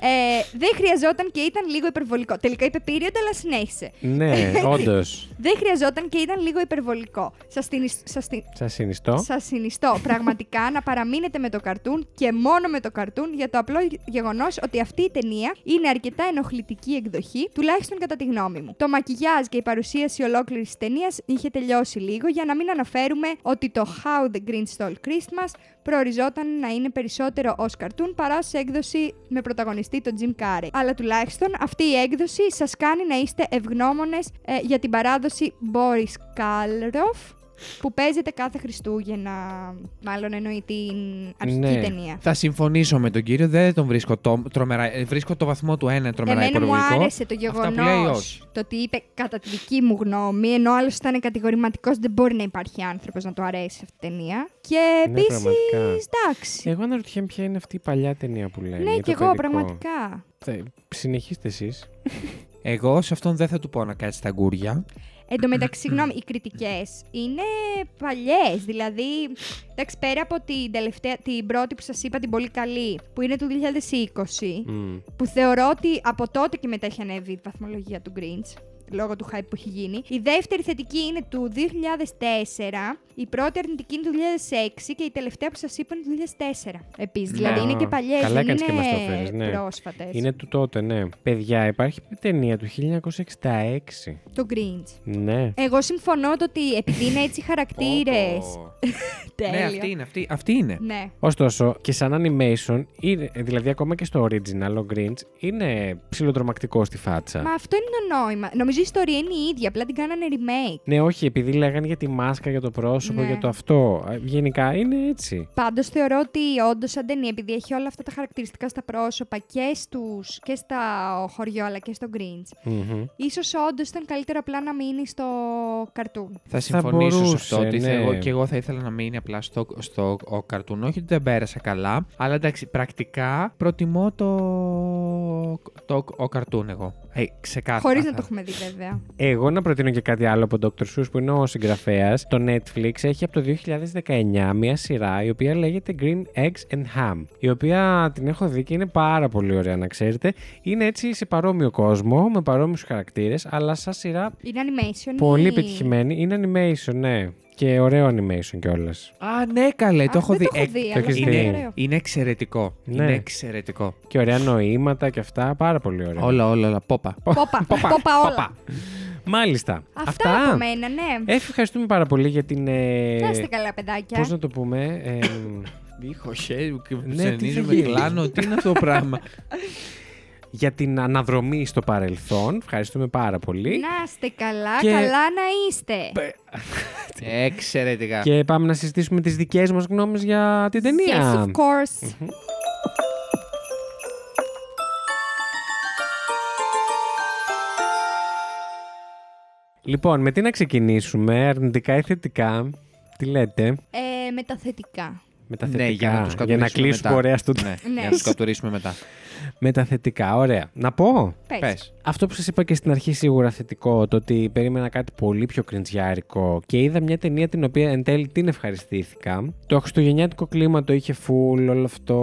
B: ε, δεν χρειαζόταν και ήταν λίγο υπερβολικό. Τελικά είπε πύριοντα, αλλά συνέχισε.
A: Ναι, όντως.
B: Δεν χρειαζόταν και ήταν λίγο υπερβολικό. Σας την, σας την,
A: Σας συνιστώ.
B: Σας συνιστώ πραγματικά να παραμείνετε με το καρτούν και μόνο με το καρτούν για το απλό γεγονός ότι αυτή η ταινία είναι αρκετά ενοχλητική εκδοχή, τουλάχιστον κατά τη γνώμη μου. Το μακιγιάζ και η παρουσίαση ολόκληρης της ταινίας είχε τελειώσει λίγο για να μην αναφέρουμε ότι το How the Green Stole Christmas προοριζόταν να είναι περισσότερο ως καρτούν παρά σε έκδοση με πρωταγωνιστή τον Jim Carrey. Αλλά τουλάχιστον αυτή η έκδοση σας κάνει να είστε ευγνώμονες για την παράδοση Boris Karloff που παίζεται κάθε Χριστούγεννα. Μάλλον εννοεί την αρχική
A: Ναι.
B: ταινία.
C: Θα συμφωνήσω με τον κύριο, δεν τον βρίσκω το, τρομερά. ε, Βρίσκω το βαθμό του ένα τρομερά
B: Εμένα μου
C: υπερβολικό.
B: άρεσε το
C: Αυτά που λέει
B: γεγονός
C: όχι.
B: το ότι είπε κατά τη δική μου γνώμη, ενώ άλλος ήταν κατηγορηματικός, δεν μπορεί να υπάρχει άνθρωπος να του αρέσει αυτή η ταινία. Και
A: Ναι,
B: επίσης.
A: πραγματικά.
B: Εντάξει.
A: Εγώ αναρωτιέμαι ποια είναι αυτή η παλιά ταινία που
C: Ε,
A: λέμε.
B: ναι,
A: το
B: κι εγώ
A: παιδικό.
B: πραγματικά.
A: Θε- Συνεχίστε εσείς.
C: Εγώ σε αυτόν δεν θα του πω να κάτσει τα γκούρια.
B: Εν τω μεταξύ, συγγνώμη, οι κριτικές είναι παλιές. Δηλαδή, εντάξει, πέρα από την, τελευταία, την πρώτη που σας είπα, την πολύ καλή, που είναι του 2020, που θεωρώ ότι από τότε και μετά έχει ανέβει η βαθμολογία του Grinch λόγω του hype που έχει γίνει. Η δεύτερη θετική είναι του 2004, η πρώτη αρνητική είναι του 2006 και η τελευταία που σας είπα είναι του 2004. Επίσης,
C: Ναι.
B: δηλαδή είναι και παλιές,
A: Καλά
B: δεν
A: έκανες και μας το
B: είναι
A: φέρεις, ναι.
B: πρόσφατες.
A: Είναι του τότε, ναι. Παιδιά, υπάρχει ταινία του 1966.
B: Το Grinch.
A: Ναι.
B: Εγώ συμφωνώ το ότι επειδή είναι έτσι χαρακτήρες,
C: Ω,
B: τέλειο.
C: Ναι, αυτή είναι. Αυτή, αυτή είναι.
B: Ναι.
A: Ωστόσο, και σαν animation, είναι, δηλαδή ακόμα και στο original, ο Grinch είναι ψιλοτρομακτικό στη φάτσα.
B: Μα αυτό είναι το νόημα. Νομίζω η ιστορία είναι η ίδια, απλά την κάνανε remake.
A: Ναι, όχι, επειδή λέγανε για τη μάσκα, για το πρόσωπο,
B: Ναι.
A: για το αυτό. Ε, Γενικά είναι έτσι.
B: Πάντως θεωρώ ότι όντως σαν ταινία, επειδή έχει όλα αυτά τα χαρακτηριστικά στα πρόσωπα και, στους, και στα χωριό αλλά και στο Grinch,
A: Μμμ.
B: ίσως όντως ήταν καλύτερο απλά να μείνει στο καρτούν.
C: Θα
A: Θα
C: συμφωνήσω σε
A: μπορούσε,
C: αυτό. Ότι θα-
A: ναι.
C: εγώ, και εγώ θα ήθελα να μείνει απλά στο, στο ο καρτούν. Όχι ότι δεν πέρασα καλά, αλλά εντάξει, πρακτικά προτιμώ το, το ο καρτούν εγώ. Ε, ξεκάθαρα.
B: Χωρίς να το έχουμε δει βέβαια.
A: Εγώ να προτείνω και κάτι άλλο από τον Dr. Seuss που είναι ο συγγραφέας. Το Netflix έχει από το 2019 μια σειρά η οποία λέγεται Green Eggs and Ham. Η οποία την έχω δει και είναι πάρα πολύ ωραία να ξέρετε. Είναι έτσι σε παρόμοιο κόσμο, με παρόμοιους χαρακτήρες, αλλά σαν σειρά
B: Είναι animation.
A: πολύ
B: ή-
A: πετυχημένη. Είναι animation, ναι. Και ωραίο animation κιόλας.
C: Α, ναι, καλέ,
B: Αχ,
C: το έχω
B: δεν
C: δει.
B: το έχω
C: Ε,
B: δει,
A: το
B: αλλά
A: έχεις
B: είναι
A: δει.
B: ωραίο.
C: Είναι εξαιρετικό.
A: Ναι.
C: Είναι εξαιρετικό.
A: Και ωραία νοήματα και αυτά. Πάρα πολύ ωραία.
C: Όλα, όλα, όλα. Πόπα.
B: Πόπα, πόπα όλα.
A: Μάλιστα.
B: Αυτά, από μένα, ναι.
A: Ε, ευχαριστούμε πάρα πολύ για την. Ε,
B: Να είστε καλά, παιδάκια.
A: Πώς να το πούμε. ε,
C: Δίχω χέρι,
A: Ναι, τι θα
C: ψενίζομαι,
A: γίνει.
C: κλάνω. Τι είναι αυτό το πράγμα.
A: για την αναδρομή στο παρελθόν. Ευχαριστούμε πάρα πολύ.
B: Να είστε καλά,
A: Και- Ε,
B: καλά να είστε.
C: Εξαιρετικά.
A: Και πάμε να συζητήσουμε τις δικές μας γνώμες για την ταινία.
B: Yes, of course.
A: Λοιπόν, με τι να ξεκινήσουμε, αρνητικά ή θετικά. Τι λέτε,
B: Ε, με τα θετικά.
A: με τα θετικά.
C: Ναι, για να τους
A: για να
C: κατουρίσουμε
A: κλείσουμε
C: μετά.
A: ωραία στο
C: Ναι,
B: Ναι.
C: για να τους κατουρίσουμε μετά.
A: Με τα θετικά, ωραία. Να πω.
B: Πες.
C: Πες.
A: Αυτό που σας είπα και στην αρχή σίγουρα θετικό, το ότι περίμενα κάτι πολύ πιο κριντζιάρικο και είδα μια ταινία την οποία εν τέλει την ευχαριστήθηκα. Το χριστουγεννιάτικο κλίμα το είχε full όλο αυτό.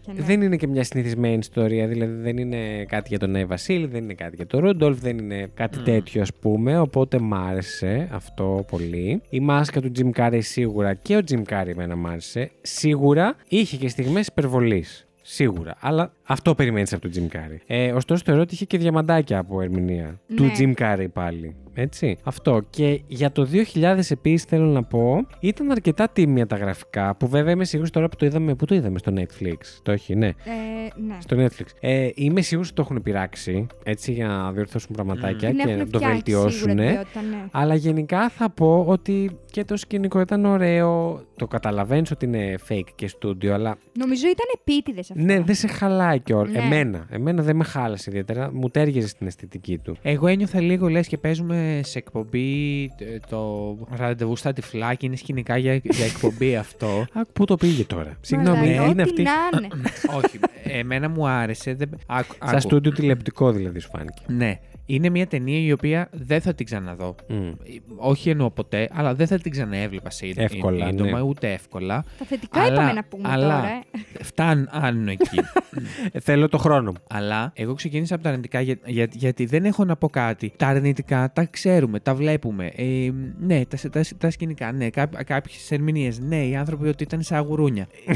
B: Και ναι.
A: Δεν είναι και μια συνηθισμένη ιστορία, δηλαδή δεν είναι κάτι για τον Νέη Βασίλη, δεν είναι κάτι για τον Ρούντολφ, δεν είναι κάτι τέτοιο ας πούμε, οπότε μ' άρεσε αυτό πολύ. Η μάσκα του Jim Carrey σίγουρα και ο Jim Carrey εμένα μ' άρεσε, σίγουρα είχε και στιγμές υπερβολής. Σίγουρα. Αλλά αυτό περιμένεις από τον Jim Carrey. Ε, ωστόσο, θεωρώ ότι είχε και διαμαντάκια από ερμηνεία.
B: Ναι.
A: Του Jim Carrey πάλι. Έτσι. Αυτό. Και για το 2000 επίσης θέλω να πω, ήταν αρκετά τίμια τα γραφικά. Που βέβαια είμαι σίγουρος τώρα που το είδαμε. Πού το είδαμε στο Netflix. Το έχει, ναι.
B: Ε, ναι.
A: Στο Netflix. Ε, είμαι σίγουρος ότι το έχουν πειράξει. Έτσι, για να διορθώσουν πραγματάκια
B: Mm. Την
A: και
B: έχουν
A: να το
B: φτιάξει
A: βελτιώσουν.
B: σίγουρα τη ποιότητα, ναι.
A: Αλλά γενικά θα πω ότι και το σκηνικό ήταν ωραίο. Το καταλαβαίνεις ότι είναι fake και στούντιο, αλλά
B: Νομίζω ήταν επίτηδες αυτό.
A: ναι, δεν σε χαλάει κιόλας.
B: Ναι.
A: Εμένα. Εμένα δεν με χάλασε ιδιαίτερα. Μου τέριαζε στην αισθητική του.
C: Εγώ ένιωθα λίγο λες και παίζουμε σε εκπομπή ε, το ραντεβού στα τυφλά και είναι σκηνικά για, για εκπομπή αυτό.
A: Α, πού το πήγε τώρα. Συγγνώμη,
B: Μαλάκα,
A: είναι
B: ε,
A: αυτή.
B: ό,τι να είναι.
C: Όχι, εμένα μου άρεσε. Δεν... Άκου,
A: Σαν
C: άκου.
A: στούντιο τηλεπτικό δηλαδή σου φάνηκε.
C: Ναι, είναι μια ταινία η οποία δεν θα την ξαναδώ.
A: Μμ.
C: Ε, Όχι εννοώ ποτέ, αλλά δεν θα την ξαναέβλεπα σε ίν-
A: Εύκολα,
C: ίντομα,
A: ναι.
C: ούτε εύκολα.
B: Τα θετικά
C: Αλλά-
B: είπαμε να πούμε
C: αλλά-
B: τώρα. ε.
C: Φτάνουν εκεί.
A: Ε, θέλω το χρόνο μου.
C: Αλλά εγώ ξεκίνησα από τα αρνητικά για, για- γιατί δεν έχω να πω κάτι. Τα αρνητικά τα ξέρουμε, τα βλέπουμε. Ε, ναι, τα, τα, τα σκηνικά, ναι, κάποιες ερμηνείες. Ναι, οι άνθρωποι ότι ήταν σαν γουρούνια. Ε,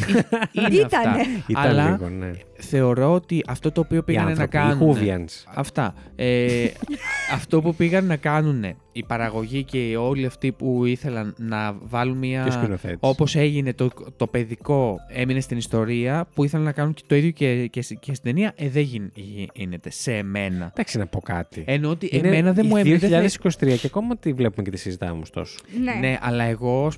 C: Είναι
B: Ήτανε.
C: αυτά.
A: Ήταν
C: Αλλά
A: λίγο, ναι.
C: θεωρώ ότι αυτό το οποίο πήγανε να
A: άνθρωποι, οι
C: κάνουν. ναι.
A: Hoovians.
C: Αυτά. Ε, αυτό που πήγαν να κάνουν η παραγωγή και οι όλοι αυτοί που ήθελαν να βάλουν
A: Και ο
C: μια.
A: σκηνοθέτης.
C: Όπως έγινε το, το παιδικό, έμεινε στην ιστορία που ήθελαν να κάνουν και το ίδιο και, και, σ- και στην ταινία. Ε, δεν γι- γι- γίνεται σε εμένα.
A: Εντάξει, να πω κάτι.
C: Ενώ ότι
A: Είναι
C: εμένα δεν
A: η
C: μου έμεινε. δεν θα-
A: 2023 και ακόμα τη βλέπουμε και τη συζητάμε ωστόσο.
B: Ναι.
C: Ναι, αλλά εγώ, ας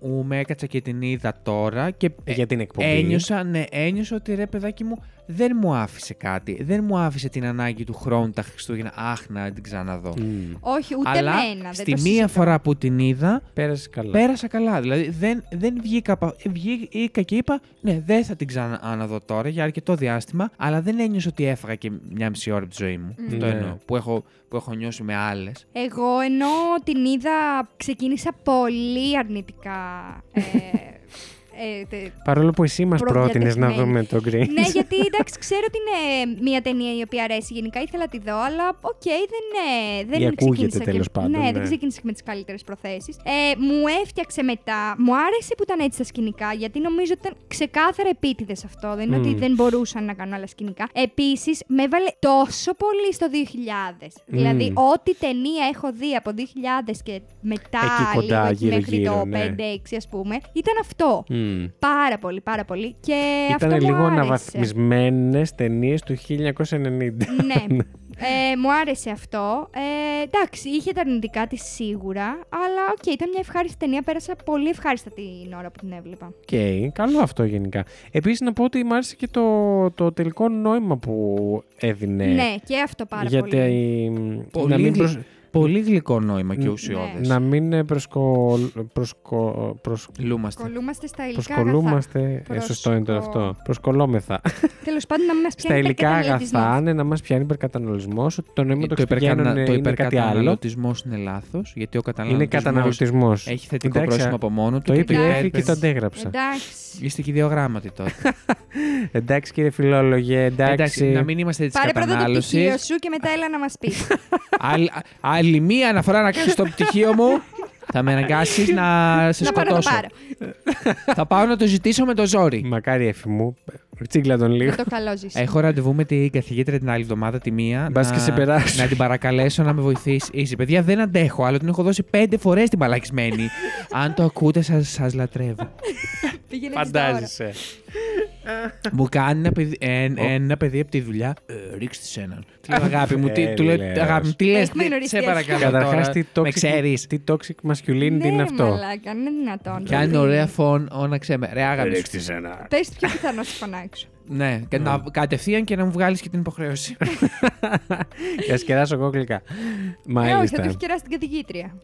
C: πούμε, έκατσα και την είδα τώρα και
A: Ε, για την εκπομπή.
C: Ένιωσα, ναι, ένιωσα ότι ρε παιδάκι μου δεν μου άφησε κάτι. Δεν μου άφησε την ανάγκη του χρόνου τα Χριστούγεννα. Αχ, να την ξαναδώ.
A: Μμ.
B: Όχι, ούτε
C: Αλλά
B: εμένα. δεν
C: στη
B: το
C: μία
B: συζητώ.
C: φορά που την είδα,
A: Πέρασε καλά.
C: πέρασα καλά. Δηλαδή δεν, δεν βγήκα, απα- βγήκα και είπα, ναι, δεν θα την ξανααναδώ τώρα για αρκετό διάστημα, αλλά δεν ένιωσα ότι έφαγα και μια μισή ώρα από τη ζωή μου.
B: Μμμ.
C: Αυτό
A: Ναι.
C: εννοώ. Που έχω, που έχω νιώσει με άλλες.
B: Εγώ ενώ την είδα, ξεκίνησα πολύ αρνητικά. Ε, ε, τε-
A: Παρόλο που εσύ μας πρότεινες να
B: Προδιατεθειμένη.
A: δούμε τον Grace.
B: ναι, γιατί εντάξει, ξέρω ότι είναι μια ταινία η οποία αρέσει γενικά. Ήθελα να τη δω, αλλά οκ, δεν, ε, δεν
A: Ή ακούγεται
B: ξεκίνησα και-
A: τέλος πάντων,
B: Ναι,
A: ναι.
B: δεν ξεκίνησε με τις καλύτερες προθέσεις. Ε, μου έφτιαξε μετά. Μου άρεσε που ήταν έτσι τα σκηνικά, γιατί νομίζω ότι ήταν ξεκάθαρα επίτηδες αυτό. Δεν είναι
A: Μμμ.
B: ότι δεν μπορούσαν να κάνουν άλλα σκηνικά. Επίσης, με έβαλε τόσο πολύ στο 2000.
A: Mm.
B: Δηλαδή,
A: Μμμ.
B: ό,τι ταινία έχω δει από 2000 και μετά,
A: Εκεί κοντά,
B: λίγο,
A: γύρω-γύρω,
B: μέχρι το
A: ναι.
B: 5-6, ας πούμε, ήταν αυτό.
A: Μμ.
B: Πάρα πολύ, πάρα πολύ. Και
A: Ήταν
B: Ε, αυτό
A: λίγο
B: μου άρεσε.
A: αναβαθμισμένες ταινίες του 1990.
B: Ναι. Ε, μου άρεσε αυτό. Ε, εντάξει, είχε τα αρνητικά της σίγουρα, αλλά οκ, ήταν μια ευχάριστη ταινία. Πέρασα πολύ ευχάριστα την ώρα που την έβλεπα.
A: Οκ, καλό αυτό γενικά. Επίσης να πω ότι μου άρεσε και το, το τελικό νόημα που έδινε.
B: Ναι, και αυτό πάρα
A: γιατί
B: πολύ.
C: Πολύ,
A: να μην,
C: γλυ-
A: προσ-
C: πολύ γλυκό νόημα και
A: Ναι.
C: ουσιώδες.
A: να μην ε, προσκο... προσκο... προσ-
C: Λούμαστε.
B: Κολλούμαστε στα υλικά αγαθά.
A: προσκολούμαστε. Ε, σωστό είναι τώρα
B: Προσκο-
A: αυτό. Προσκολόμεθα.
B: Τέλος πάντων, να μην μας
A: Στα
B: πιάνει
A: υλικά
B: υπερκαταναλωτισμός.
A: αγαθά, ναι, να μας πιάνει υπερκαταναλισμό, ότι το νόημα των
C: υπερκανα-
A: Χριστουγέννων
C: Ε, το
A: είναι κάτι άλλο.
C: υπερκαταναλωτισμός είναι λάθος, γιατί ο
A: Είναι
C: καταναλωτισμός
A: καταναλωτισμός.
C: έχει θετικό πρόσημο από μόνο του.
A: Το
C: και
A: είπε η Εύη και
C: υπέρ-
A: το αντέγραψα.
B: Εντάξει.
C: Είστε και οι δύο γράμματοι τότε.
A: Εντάξει κύριε Φιλόλογε, εντάξει.
C: να μην είμαστε της
B: Πάρε πρώτα το
C: κατανάλωση.
B: πτυχίο σου και μετά έλα να μας πεις.
C: Άλλη- α- Άλλη μία αναφορά να κάνεις στο πτυχίο μου. Θα με αναγκάσεις να σε
B: να πάω να το
C: σκοτώσω.
B: πάρω.
C: Θα πάω να το ζητήσω με το ζόρι.
A: Μακάρι Εφη μου, τσίγκλα τον λίγο.
B: Να το καλό ζήσει.
C: Έχω ραντεβού με την καθηγήτρια την άλλη εβδομάδα, τη μία.
A: Μπας και σε περάσω.
C: να την παρακαλέσω να με βοηθήσει. Είσαι, παιδιά, δεν αντέχω, αλλά την έχω δώσει πέντε φορές την μαλακισμένη. Αν το ακούτε, σας σας λατρεύω.
B: Πήγαινε εσύ τώρα.
A: Φαντάζεσαι.
C: Μου κάνει ένα παιδί, εν- ένα παιδί από τη δουλειά. «Ε, ρίξτε σε έναν. Του λέω, αγάπη μου, τι, του λέω,
A: Έλεος.
C: αγάπη μου, τι λες,
B: Έχουμε
C: τι-
B: γνωριστεί
C: σε παρακαλώ
B: έτσι.
A: Καταρχά,
C: τώρα,
A: τι
C: με
A: toxic,
C: ξέρεις.
A: τι toxic masculinity
B: ναι,
A: είναι αυτό.
B: Μαλάκα, είναι δυνατόν.
C: Κάνει ωραία φων, όναξε με. Ρε, αγάπη σου.
A: ένα.
B: Πε πιο πιθανό να σου φωνάξω.
C: Ναι, κα- να- κατευθείαν και να μου βγάλεις και την υποχρέωση.
A: Για σκεράσω εγώ γλυκά.
B: Ε, όχι, θα το
A: Μάλιστα.
B: έχει κεράσει την καθηγήτρια.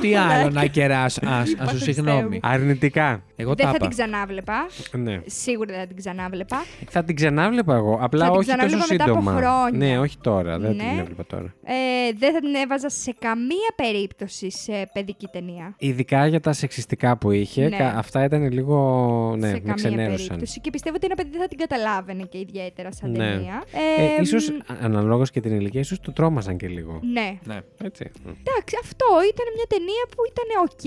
C: τι άλλο να κεράσω. Ας
B: Είπα,
C: σου
B: Χριστέ
C: συγγνώμη.
B: μου.
A: Αρνητικά.
C: Εγώ
B: Δεν
C: τα
B: θα την
C: είπα.
B: ξανάβλεπα.
A: Ναι.
B: Σίγουρα δεν θα την ξανάβλεπα.
A: Θα την ξανάβλεπα εγώ. Απλά
B: Θα την
A: όχι τόσο
B: ξανάβλεπα μετά από
A: σύντομα.
B: χρόνια.
A: Ναι, όχι τώρα. Δεν
B: Ναι.
A: την έβλεπα τώρα.
B: Ε, δεν θα την έβαζα σε καμία περίπτωση σε παιδική ταινία.
A: Ειδικά για τα σεξιστικά που είχε,
B: Ναι.
A: κα- αυτά ήταν λίγο. Ναι,
B: σε
A: με
B: καμία
A: ξενέρωσαν.
B: περίπτωση. Και πιστεύω ότι ένα παιδί δεν θα την καταλάβαινε και ιδιαίτερα σαν
A: Ναι.
B: ταινία.
A: Ε,
B: μ,
A: ίσως, αναλόγως και την ηλικία, ίσως το τρόμαζαν και λίγο.
B: Ναι.
C: Ναι.
A: Έτσι.
B: Εντάξει, αυτό ήταν μια ταινία που ήταν οκ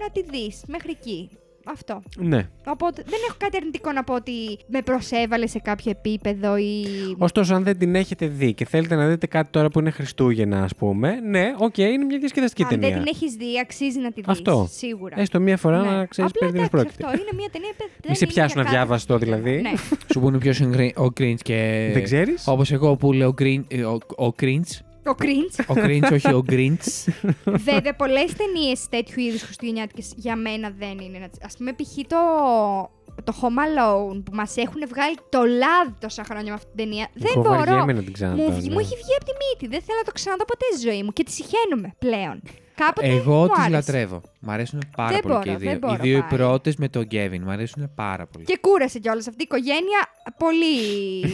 B: να τη δεις μέχρι εκεί. Αυτό.
A: Ναι.
B: Οπότε δεν έχω κάτι αρνητικό να πω ότι με προσέβαλε σε κάποιο επίπεδο ή.
A: Ωστόσο, αν δεν την έχετε δει και θέλετε να δείτε κάτι τώρα που είναι Χριστούγεννα, ας πούμε, ναι, οκ, είναι μια διασκεδαστική
B: Αν
A: ταινία.
B: δεν την έχεις δει, αξίζει να τη δεις.
A: Αυτό.
B: Σίγουρα.
A: Έστω μία φορά
B: Ναι.
A: να ξέρεις
B: Απλά
A: περί τίνο
B: εντάξει,
A: πρόκειται.
B: Αυτό είναι μια ταινία παιδ- δεν
A: Μη σε
B: είναι
A: πιάσουν
B: για κάθε
A: αδιάβαστο,
B: ηλικία.
A: δηλαδή.
B: Ναι.
C: Σου πούνε ποιος είναι ο Grinch και.
A: Δεν ξέρεις.
C: Όπως εγώ που λέω Grinch. ε, Ο, ο Grinch.
B: Ο cringe.
C: Ο Grinch, όχι ο Grinch.
B: Βέβαια, πολλές ταινίες τέτοιου είδους χριστουγεννιάτικες για μένα δεν είναι. Ας πούμε, π.χ. το, το Home Alone που μας έχουν βγάλει το λάδι τόσα χρόνια με αυτή την ταινία. Δεν μπορώ.
A: να την ξαναδώ.
B: Μου,
A: ναι.
B: βγει- μου έχει βγει από τη μύτη. Δεν θέλω να το ξαναδώ ποτέ στη ζωή μου και τη συχαίνομαι πλέον. Κάποτε
C: Εγώ
B: μου
C: τις
B: άρεσε.
C: λατρεύω. Μ' αρέσουν πάρα
B: Δεν
C: πολύ και οι
B: μπορώ,
C: δύο.
B: δεν μπορώ
C: οι δύο οι
B: πάλι.
C: πρώτες με τον Kevin. Μ' αρέσουν πάρα πολύ.
B: Και κούρασε κιόλας αυτή η οικογένεια. Πολύ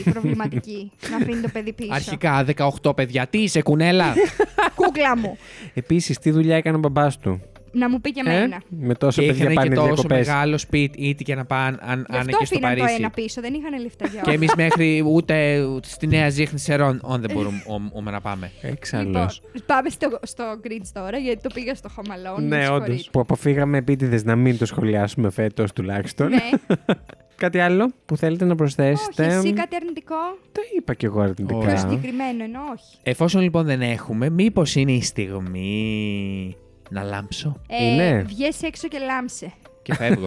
B: προβληματική να αφήνει το παιδί πίσω.
C: Αρχικά 18 παιδιά. Τι είσαι, κουνέλα.
B: Κούκλα μου.
A: Επίσης, τι δουλειά έκανε ο μπαμπάς του.
B: Να μου πει και
A: Ε,
B: εμένα.
A: Με τόσα
C: και
A: παιδιά
C: είχαν και
A: πάνε
C: τόσο
A: διακοπές.
C: μεγάλο σπίτι, ήτι και να πάνε, αν,
B: Γι'
C: αν
B: αυτό
C: και στο
B: αφήναν το
C: Παρίσι.
B: ένα πίσω. Δεν είχαν λεφτά για
C: και
B: όλα.
C: εμείς μέχρι ούτε στη Νέα Ζήχνη Σερών όν δεν μπορούμε ο- ο- να πάμε.
B: Λοιπόν,
A: Εξάλλου.
B: πάμε στο, στο Grinch τώρα, γιατί το πήγα στο Home Alone. με
A: Ναι, όντως.
B: συγχωρείτε.
A: Που αποφύγαμε επίτηδες να μην το σχολιάσουμε φέτος τουλάχιστον.
B: Ναι.
A: Κάτι άλλο που θέλετε να
B: όχι,
A: προσθέσετε.
B: εσύ κάτι αρνητικό.
A: Το είπα κι εγώ
B: Πιο
A: αρνητικά.
B: συγκεκριμένο ενώ όχι.
C: Εφόσον λοιπόν δεν έχουμε, μήπως είναι η στιγμή να λάμψω
A: Είναι.
B: Ε, βγες έξω και λάμψε.
C: και φεύγω.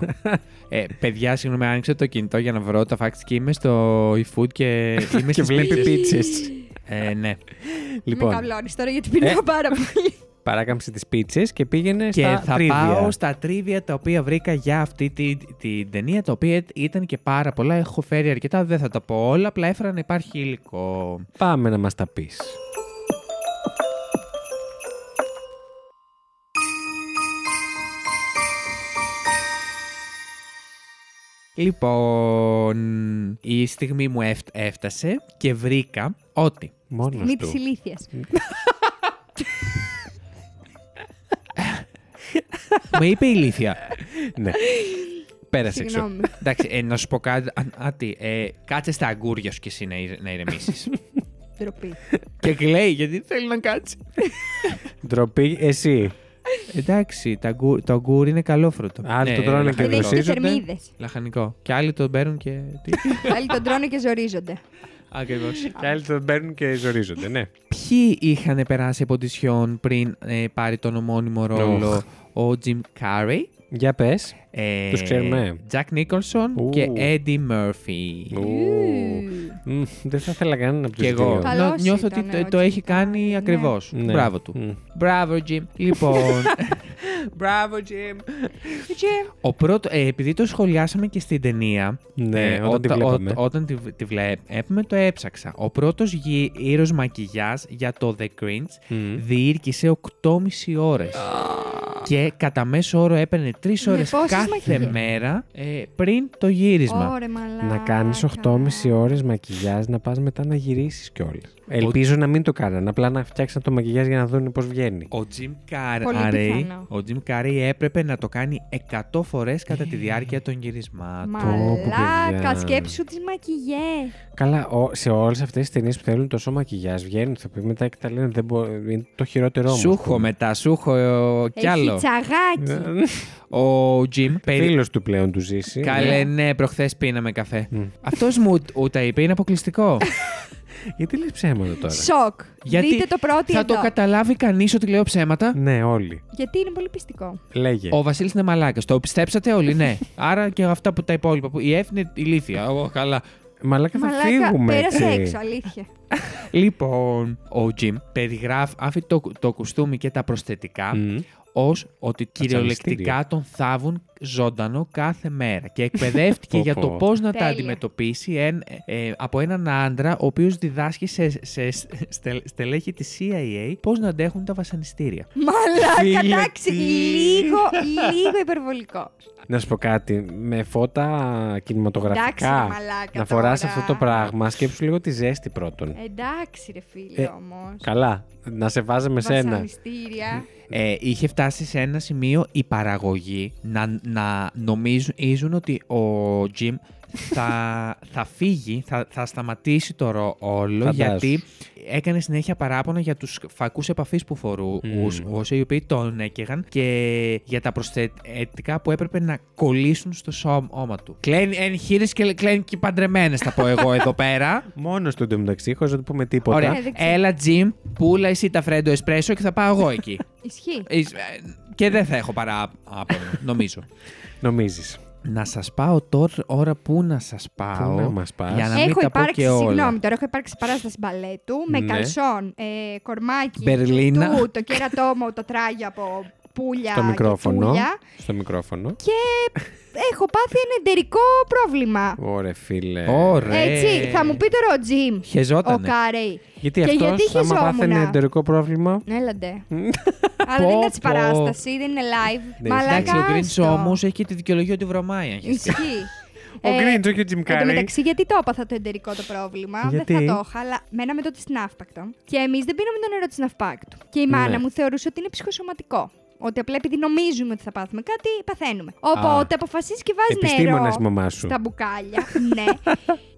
C: ε, παιδιά, συγγνώμη, άνοιξα το κινητό για να βρω τα facts και είμαι στο eFood και είμαι
A: Και
C: στις
A: βλέπεις
C: πίτσες.
A: πίτσες.
C: Ε, ναι.
B: Με
A: Λοιπόν,
B: καβλώνεις τώρα γιατί πεινάω πάρα πολύ.
A: παράκαμψε τις πίτσες και πήγαινε
C: Και
A: στα
C: θα
A: τρίβια.
C: πάω στα τρίβια τα οποία βρήκα για αυτή τη, την ταινία, τα οποία ήταν και πάρα πολλά. Έχω φέρει αρκετά, δεν θα τα πω όλα, απλά έφερα να υπάρχει υλικό.
A: Πάμε να μας τα πεις.
C: Λοιπόν, η στιγμή μου έφ- έφτασε και βρήκα ότι
A: Μόνος
B: Μη
A: του.
B: της ηλίθειας.
C: με είπε η ηλίθεια.
A: Ναι.
C: Πέρασε εξώ.
B: Συγγνώμη.
C: Εντάξει, ε, να σου πω κάτι. αν- Άτι, ε, κάτσε στα αγκούρια σου κι εσύ να, ηρε- να ηρεμήσεις.
B: Ντροπή.
C: και κλαίει γιατί θέλει να κάτσει.
A: Ντροπή, εσύ.
C: Εντάξει, τα αγκού- το αγκούρι είναι καλόφρωτο. Ναι,
A: Άλλοι το τρώνε και
B: Δεν έχει και
A: δροσίζονται.
B: θερμίδες.
C: Λαχανικό. Και άλλοι τον παίρνουν και.
B: Άλλοι τον τρώνε και ζορίζονται.
C: Ακριβώς.
A: Και άλλοι τον παίρνουν και ζορίζονται, ναι.
C: Ποιοι είχαν περάσει από τη Σιόν πριν ε, πάρει τον ομώνυμο ρόλο ο Jim Carrey.
A: Για πες.
C: Ε,
A: Τους ξέρουμε.
C: Jack Nicholson
A: Ου.
C: και Eddie Murphy.
A: Ου. Μμ, Δεν θα ήθελα κανένα από τους
C: Και εγώ.
A: δύο.
B: Καλός
C: Νο- νιώθω
B: ήταν
C: ότι το-
B: ο
C: το
B: Jim
C: έχει
B: Carrey,
C: κάνει
B: ναι.
C: ακριβώς.
A: Ναι.
C: Μπράβο του.
A: Μμ.
C: Μπράβο, Jim. Λοιπόν. Μπράβο, Jim. Ο πρώτο, ε, επειδή το σχολιάσαμε και στην ταινία,
A: Ναι, όταν τη
C: ότα- ό-
A: βλέπαμε.
C: όταν τη, τη βλέπουμε, το έψαξα. Ο πρώτος γυ- ήρωας μακιγιάς για το The Grinch
A: Μμ.
C: διήρκησε 8,5 ώρες. και κατά μέσο όρο έπαιρνε 3
B: Με
C: ώρες
B: πόσες
C: κάθε
B: μακιγιές?
C: μέρα ε, πριν το γύρισμα.
B: Ωρε μαλάκα.
A: Να κάνεις 8,5 ώρες μακιγιάζ, να πας μετά να γυρίσεις κιόλας. Ελπίζω να μην το κάνανε, απλά να φτιάξαν το μακιγιάζ για να δουν πώς βγαίνει.
C: Ο Jim
B: Πολύ
C: Carrey,
B: πιθανό.
C: ο Jim Carrey έπρεπε να το κάνει 100 φορές κατά
B: Ε.
C: τη διάρκεια των γυρισμάτων.
A: Πω, πω, παιδιά.
B: Μαλάκα, σκέψου τις μακιγιές.
A: Καλά, ο- σε όλες αυτές τις ταινίες που θέλουν τόσο μακιγιάζ βγαίνουν, θα πει μετά και τα λένε, δεν μπο- είναι το χειρότερό μου. ας
C: Σου έχω
A: πούμε.
C: μετά, σου έχω ε, κι
B: Έχει
C: άλλο.
A: Ναι,
B: τσαγάκι.
C: Ο Jim περι...
A: Ε, Φίλος του πλέον του ζήσει.
C: Καλέ, ναι, προχθές πίναμε καφέ. Αυτός μου ου- τα είπε, είναι αποκλειστικό.
A: Γιατί λες ψέματα τώρα.
B: Σοκ.
C: Γιατί
B: Δείτε το πρώτο
C: θα
B: εδώ.
C: το καταλάβει κανείς ότι λέω ψέματα.
A: Ναι, όλοι.
B: Γιατί είναι πολύ πιστικό.
A: Λέγε.
C: Ο Βασίλης είναι μαλάκας. Το πιστέψατε όλοι, ναι. Άρα και αυτά που τα υπόλοιπα. Που... Η Εύη είναι ηλίθια. Ω, καλά.
A: Μαλάκα Ε, θα
B: Μαλάκα,
A: φύγουμε
B: πέρασε
A: έτσι.
B: έξω, αλήθεια.
C: λοιπόν, ο Jim περιγράφει άφη το, το κουστούμι και τα προσθετικά
A: Μμ.
C: ως ότι
A: τσαλιστήρια.
C: κυριολεκτικά τον θάβουν ζωντανό κάθε μέρα και εκπαιδεύτηκε
A: Πω,
C: για το
A: πω.
C: πώς να τα
B: Τέλεια.
C: αντιμετωπίσει εν- ε, από έναν άντρα ο οποίος διδάσκει σε, σε στε- στελέχη της CIA πώς να αντέχουν τα βασανιστήρια.
B: Μαλάκα,
A: Φίλε,
B: εντάξει.
A: τι.
B: Λίγο, λίγο υπερβολικό.
A: Να σου πω κάτι. Με φώτα
B: Εντάξει, ρε
A: κινηματογραφικά.
B: μαλάκα.
A: να φοράς
B: τώρα.
A: αυτό το πράγμα, σκέψου λίγο τη ζέστη πρώτον.
B: Εντάξει, ρε φίλε
A: Ε,
B: όμως.
A: Καλά. Να σε βάζαμε σε ένα.
B: Βασανιστήρια.
C: Ε, είχε φτάσει σε ένα σημείο η παραγωγή να, να νομίζουν ίζουν ότι ο Jim θα, θα φύγει, θα, θα σταματήσει το ρο όλο,
A: Φαντάσου.
C: γιατί έκανε συνέχεια παράπονα για τους φακούς επαφής που φορούσε, οι οποίοι τον έκαιγαν και για τα προσθετικά που έπρεπε να κολλήσουν στο σώμα του. Κλαίνει εν χείρις και κλαίνει και παντρεμένες, θα πω εγώ εδώ πέρα.
A: Μόνο του εντωμεταξύ, χωρίς να του πούμε τίποτα.
C: Ωραία.
B: Ε, δεν ξέρω.
C: Έλα, Jim, πούλα εσύ τα φρέντο εσπρέσο και θα πάω εγώ εκεί.
B: Ισχύει.
C: Ε, και δεν θα έχω παράπονο, νομίζω.
A: Νομίζεις.
C: Να σας πάω τώρα ώρα που να σας πάω.
A: να μας πας.
C: Για να μην
B: Έχω
C: τα πω
B: υπάρξει,
C: και όλα.
B: συγγνώμη τώρα, έχω υπάρξει παράσταση μπαλέτου με
A: Ναι.
B: καλσόν, ε, κορμάκι,
C: Μπερλίνα.
B: του, το κέρατό μου, το τράγιο από πουλιά
A: Στο
B: και
A: μικρόφωνο.
B: τούλια.
A: Στο μικρόφωνο.
B: Έχω πάθει ένα εντερικό πρόβλημα.
A: Ωραία, φίλε.
C: Ωραία.
B: Έτσι, θα μου πει τώρα ο Τζιμ, ο
C: Χεζότανε.
B: Κάρεϊ.
A: Γιατί
B: Και
A: αυτός,
B: γιατί
A: άμα πάθαινε
B: χεζόμουνα?
A: εντερικό πρόβλημα.
B: Έλαντε. Αλλά δεν
C: Πω,
B: είναι έτσι
C: πω.
B: παράσταση, δεν είναι live.
A: Ναι,
C: Εντάξει, ο
B: Μαλάκα.
C: Γκριν
B: άστο.
C: όμως έχει και τη δικαιολογία ότι βρωμάει. αν έχεις δει.
B: Ισχύει.
A: Ο
B: Ε,
A: Γκρίντζο και ο Τζιμ
B: Εν τω
A: Κάρι.
B: μεταξύ, γιατί το έπαθα το εντερικό το πρόβλημα.
A: Γιατί?
B: Δεν θα το είχα, αλλά μέναμε τότε στην Αύπακτο. Και εμείς δεν πίναμε το νερό της Ναυπάκτου. Και η μάνα
A: Ναι.
B: μου θεωρούσε ότι είναι ψυχοσωματικό. Ότι απλά επειδή νομίζουμε ότι θα πάθουμε κάτι, παθαίνουμε. Οπότε αποφασίζει και βάζεις νερό
A: Επιστήμονα η μαμά σου.
B: στα μπουκάλια. ναι.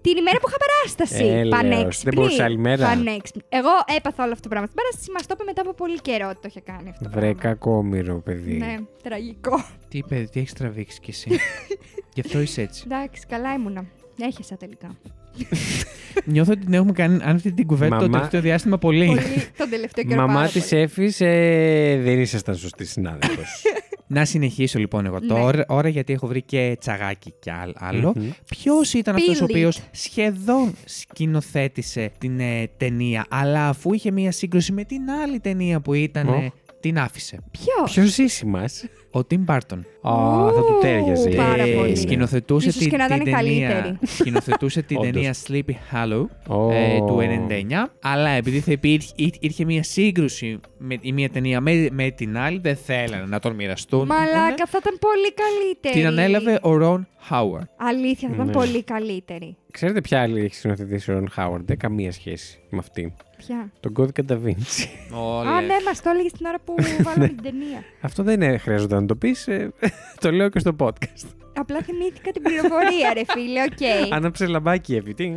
B: Την ημέρα που είχα παράσταση.
A: Έλεος,
B: πανέξυπνη.
A: δεν μπορούσε άλλη μέρα.
B: Πανέξυπνη. Εγώ έπαθα όλο αυτό το πράγμα. Στην παράσταση μας το είπε μετά από πολύ καιρό ότι το είχε κάνει αυτό. το
A: Βρε
B: πράγμα.
A: κακόμοιρο, παιδί.
B: Ναι, τραγικό.
C: Τι παιδί, τι έχεις τραβήξει κι εσύ. Γι' αυτό είσαι έτσι.
B: Εντάξει, καλά ήμουνα. Έχεσα τελικά.
C: Νιώθω ότι την έχουμε κάνει αν αυτή την κουβέντα το
A: Μαμά-
C: τελευταίο διάστημα πολύ.
B: Πολύ τον τελευταίο καιρό.
A: Μαμά
B: πάρα
A: της
B: πολύ.
C: ε-
A: Εφη δεν ήσασταν σωστή συνάδελφος.
C: Να συνεχίσω λοιπόν εγώ
B: Ναι.
C: τώρα, ώρα γιατί έχω βρει και τσαγάκι και άλλ- άλλο.
A: Μμμ.
C: Ποιος ήταν αυτός ο
B: Spill
C: οποίος
B: it.
C: σχεδόν σκηνοθέτησε την ε, ταινία, αλλά αφού είχε μία σύγκρουση με την άλλη ταινία που ήταν. ε,
A: Ω.
C: την άφησε.
B: Ποιος?
A: Ποιος είσαι μα.
C: Ο Τιμ Μπάρτον.
A: Α, θα του
B: Ου,
A: τέριαζε.
B: πάρα
A: Ε,
B: πολύ.
C: Σκηνοθετούσε
B: Ίσως
C: την,
B: και να
C: την
B: ήταν η
C: ταινία,
B: καλύτερη.
C: σκηνοθετούσε την
A: Όντως.
C: ταινία Sleepy Hollow
A: Ω.
C: ε, του 99. Αλλά επειδή θα υπήρχε, ή- ήρχε μία σύγκρουση με η μία ταινία με, με την άλλη, δεν θέλανε να τον μοιραστούν.
B: Μαλάκα, θα ήταν πολύ καλύτερη.
C: Την ανέλαβε ο Ρον Χάουαρ.
B: Αλήθεια, θα ήταν
A: Ναι.
B: πολύ καλύτερη.
A: Ξέρετε ποια άλλη έχει σκηνοθετήσει ο Ρον Χάουαρντ. ε? Καμία σχέση με αυτή.
B: Ποια.
A: Τον κώδικα Νταβίντσι.
B: Α, ναι, μας το έλεγες την ώρα που
C: Ναι.
B: βάλαμε την ταινία.
A: Αυτό δεν ε, χρειάζεται να το πεις. το λέω και στο podcast.
B: Απλά θυμήθηκα την πληροφορία, ρε φίλε, οκ.
A: Άναψε λαμπάκι, Εφη. Τι.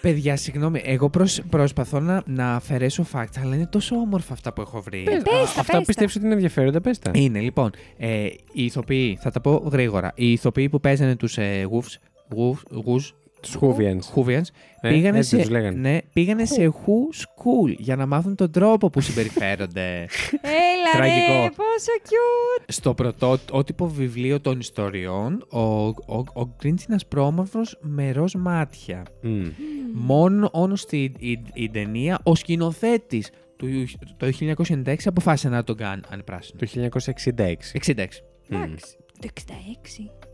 C: Παιδιά, συγγνώμη, εγώ προσ- προσπαθώ να, να αφαιρέσω facts, αλλά είναι τόσο όμορφα αυτά που έχω βρει.
A: Πες,
B: Ε, πες
A: α,
B: τα,
A: Αυτά
B: πες τα.
A: πιστεύω ότι είναι ενδιαφέροντα. Πες τα.
C: Είναι, λοιπόν, ε, οι ηθοποιοί, θα τα πω γρήγορα. Οι ηθοποιοί που παίζανε τους ε, Wolves, Wolves, Wolves,
A: Τους Χούβιαν.
C: Hoovians,
A: Ε,
C: πήγανε,
A: έτσι
C: σε,
A: τους λέγανε.
C: ναι, πήγανε σε Who School για να μάθουν τον τρόπο που συμπεριφέρονται.
B: Έλα, ρε,
C: Τραγικό.
B: πόσο cute.
C: Στο πρωτότυπο βιβλίο των ιστοριών, ο, ο, ο Γκριντς είναι ασπρόμαυρος με ροζ μάτια.
A: Μμ.
C: Mm. Μόνο όνο στην η, η ταινία, ο σκηνοθέτης του το 1996 αποφάσισε να τον κάνει αν πράσινο.
A: Το 1966.
C: 66.
B: Εντάξει. Το 66.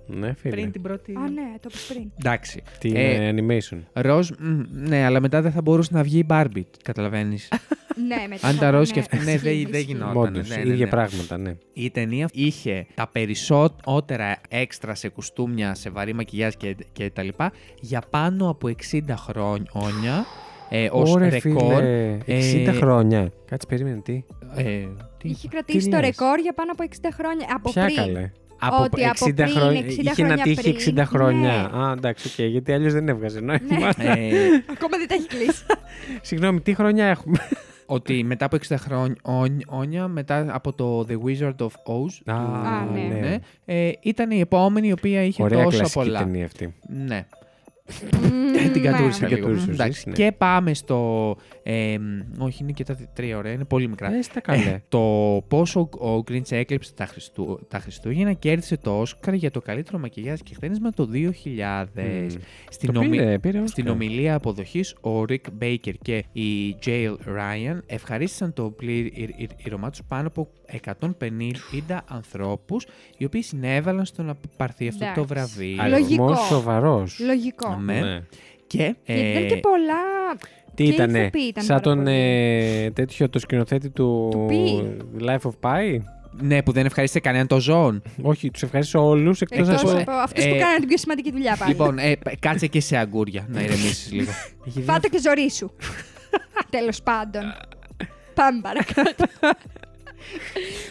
A: Ναι, φίλε.
C: Πριν την πρώτη.
B: Α, ναι, το είπες πριν.
C: Εντάξει.
A: Την
C: Ε,
A: ε, animation.
C: Ροζ, μ, ναι, αλλά μετά δεν θα μπορούσε να βγει η Μπάρμπι. Καταλαβαίνεις.
B: Ναι, μετά.
C: Αν τα
B: ναι,
C: ρώσει και αυτή. Ναι,
B: ισχύει,
C: δεν δεν
B: ισχύει.
C: γινόταν.
A: Όντω,
C: ναι, ναι, ναι.
A: ίδια πράγματα, ναι.
C: Η ταινία είχε τα περισσότερα έξτρα σε κουστούμια, σε βαρύ μακιγιάζ και, και τα λοιπά για πάνω από 60 χρόνια ε, ως
A: Ωραία,
C: ρεκόρ.
A: φίλε. 60
C: ε,
A: χρόνια. Κάτσε, περίμενε, τι.
C: Ε, τι
B: Είχε
C: είπα,
B: κρατήσει
A: τι
B: το
A: λες?
B: ρεκόρ για πάνω από 60 χρόνια. Από
A: Ποια
B: πριν.
A: καλέ.
C: από
B: ότι από
A: 60
B: πριν,
A: χρόνια.
B: 60
A: Είχε
B: χρόνια
A: να τύχει
B: πριν.
A: 60 χρόνια.
B: Ναι.
A: Α, εντάξει, οκ, γιατί αλλιώς δεν έβγαζε ναι. νόημα.
C: ε,
B: Ακόμα δεν τα έχει κλείσει.
A: Συγγνώμη, τι χρονιά έχουμε.
C: ότι μετά από 60 χρόνια, μετά από το The Wizard of Oz,
A: Α,
C: του-
B: ναι.
A: ναι.
C: ε, ήταν η επόμενη η οποία είχε
A: Ωραία
C: τόσο
A: κλασική
C: πολλά.
A: ταινία αυτή.
C: Ναι,
B: Μμμ,
C: την κατούρισα
A: Ε, Την
C: λίγο.
A: κατούρισα,
C: Μμ, εντάξει.
A: ζεις, ναι.
C: Και πάμε στο... ε, μ, όχι, είναι και τα τρία ωραία, είναι πολύ μικρά.
A: Πες τα καλέ.
C: το πόσο ο Γκριντς έκλεψε τα, Χριστού, τα Χριστούγεννα κέρδισε το Όσκαρ για το καλύτερο μακιγιάζ και χτένισμα το 2000.
A: Μμ.
C: Στην,
A: Το
C: ομι-
A: πήρε, πήρε Όσκαρ.
C: στην ομιλία αποδοχής, ο Ρικ Μπέικερ και η Jail Ράιαν ευχαρίστησαν το πλήρωμά τους πάνω από 150 ανθρώπους οι οποίοι συνέβαλαν στο να πάρθει αυτό το
B: Εντάξει.
C: βραβείο.
B: Λογικό.
A: Αριθμός σοβαρός.
B: Λογικό.
C: Ναι. Και,
B: Και ήταν και
C: ε,
B: πολλά.
A: Τι
B: Και
A: ήτανε,
B: ηθοποιοί ήταν
A: σαν
B: πάρα
A: τον
B: πολλοί.
A: ε, τέτοιο το σκηνοθέτη του,
B: Του Pi.
A: Life of Pi.
C: ναι, που δεν ευχαρίστησε κανέναν το ζώον.
A: Όχι, τους ευχαριστώ όλους εκτός
B: Ε, Εκτός
A: από...
B: από αυτούς που
C: ε,
B: κάνανε την πιο σημαντική δουλειά πάλι.
C: Λοιπόν, ε, π- κάτσε και σε αγκούρια να ηρεμήσεις λίγο.
B: Φάτο και ζωρί σου. Τέλος πάντων. Πάμε παρακάτω.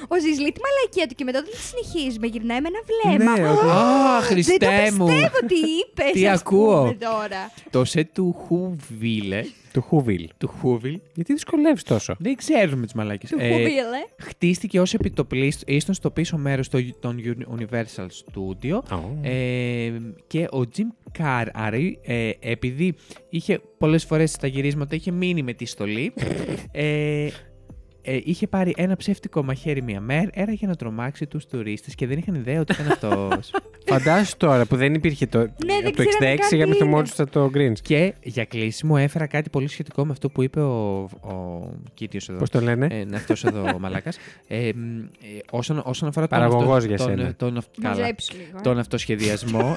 B: Ο Ζιζλή τη μαλακία του και μετά όταν τη συνεχίζουμε γυρνάει με ένα βλέμμα.
A: Ναι, ότι-
C: Α,
B: Δεν
C: Χριστέ
B: το
C: μου!
B: πιστεύω τι είπες,
C: Τι
B: ας
C: ακούω.
B: πούμε, τώρα.
C: Το σετ του Χουβίλε.
A: Του Χούβιλ.
C: Του Χούβιλ.
A: Γιατί δυσκολεύεις τόσο.
C: Δεν ξέρουμε Ε, τι μαλάκε.
A: Ε,
B: Του χουβίλε.
C: χτίστηκε ως επιτοπλίστων στο πίσω μέρος των Universal Studio. Ε, και ο Jim Carrey, ε, επειδή είχε πολλές φορές στα γυρίσματα, είχε μείνει με τη στολή, ε, ε, είχε πάρει ένα ψεύτικο μαχαίρι μία μέρα για να τρομάξει τους τουρίστες και δεν είχαν ιδέα ότι ήταν αυτός.
A: Φαντάσου τώρα που δεν υπήρχε το.
B: Ναι, δεν
A: από το
B: ξέραμε
A: 66
B: καν τι
A: κάποιο
B: είναι.
A: θυμό του το Greens.
C: και για κλείσιμο έφερα κάτι πολύ σχετικό με αυτό που είπε ο, ο Κίτιος εδώ.
A: Πώς το λένε.
C: Ε, ναι, αυτός εδώ ο μαλάκας. Ε, μ, ε, όσον, όσον αφορά τον,
A: Παραγωγός
C: αυτο-
A: για
C: τον,
A: σένα.
C: τον αυ- καλά,
B: Μαζέψου λίγο. ε.
C: τον αυτοσχεδιασμό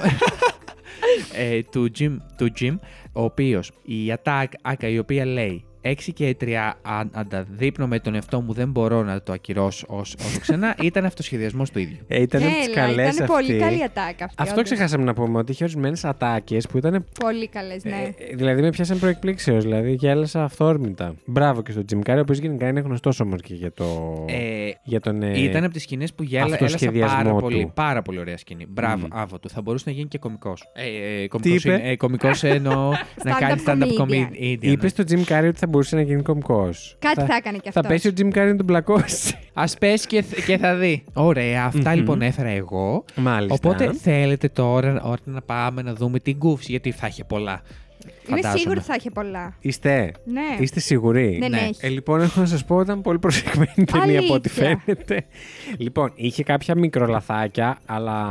C: ε, του, Jim, του Jim, ο οποίος η Attack Άκα η οποία λέει 6 και 3 αν- ανταδείπνω με τον εαυτό μου δεν μπορώ να το ακυρώσω ως, ως ξανά ήταν αυτοσχεδιασμός του ίδιου.
A: Ε, ήταν από τις
B: Έλα,
A: καλές
B: ήταν πολύ καλή
A: αυτή.
B: ατάκα αυτή.
A: Αυτό
B: όντως.
A: ξεχάσαμε να πούμε ότι είχε ορισμένες ατάκες που ήταν.
B: Πολύ καλές, ναι.
A: δηλαδή με πιάσαν προεκπλήξεως, δηλαδή γέλασα αυθόρμητα. Μπράβο και στον Τζιμ Κάρι, ο οποίος γενικά είναι γνωστός όμως και για το.
C: Ε,
A: για τον. ε,
C: ήταν από τις σκηνές που γέλα, έλασα
A: αυτοσχεδιασμό
C: πάρα
A: του.
C: πολύ, πάρα πολύ ωραία σκηνή. Μπράβο,
A: Μμμ.
C: άβο του. Θα μπορούσε να γίνει και κομικός. Ε, ε, κομικός,
A: είπε?
C: είναι- ε, κομικός εννοώ να
B: Stand-up
C: κάνει stand-up ναι.
B: comedian.
C: comedian.
A: Είπε στον Τζιμ Κάρι ότι θα μπορούσε να γίνει κομικό.
B: Κάτι θα έκανε κι αυτό.
A: Θα πέσει ο Τζιμ Κάρι να τον πλακώσει.
C: Ας πέσει και, θ- και θα δει. Ωραία, αυτά,
A: Μμμ.
C: λοιπόν έφερα εγώ.
A: Μάλιστα.
C: Οπότε θέλετε τώρα ώρα να πάμε να δούμε την κούφση, γιατί θα είχε πολλά.
B: Είμαι
C: φαντάζομαι.
B: σίγουρη ότι θα είχε πολλά.
A: Είστε.
B: Ναι.
A: Είστε σίγουροι.
B: Δεν
C: Ναι.
A: Ε,
B: έχει.
A: λοιπόν, έχω να σας πω, ήταν πολύ προσεγμένη η ταινία από ό,τι
B: Αλήθεια.
A: φαίνεται. Λοιπόν, είχε κάποια μικρολαθάκια, αλλά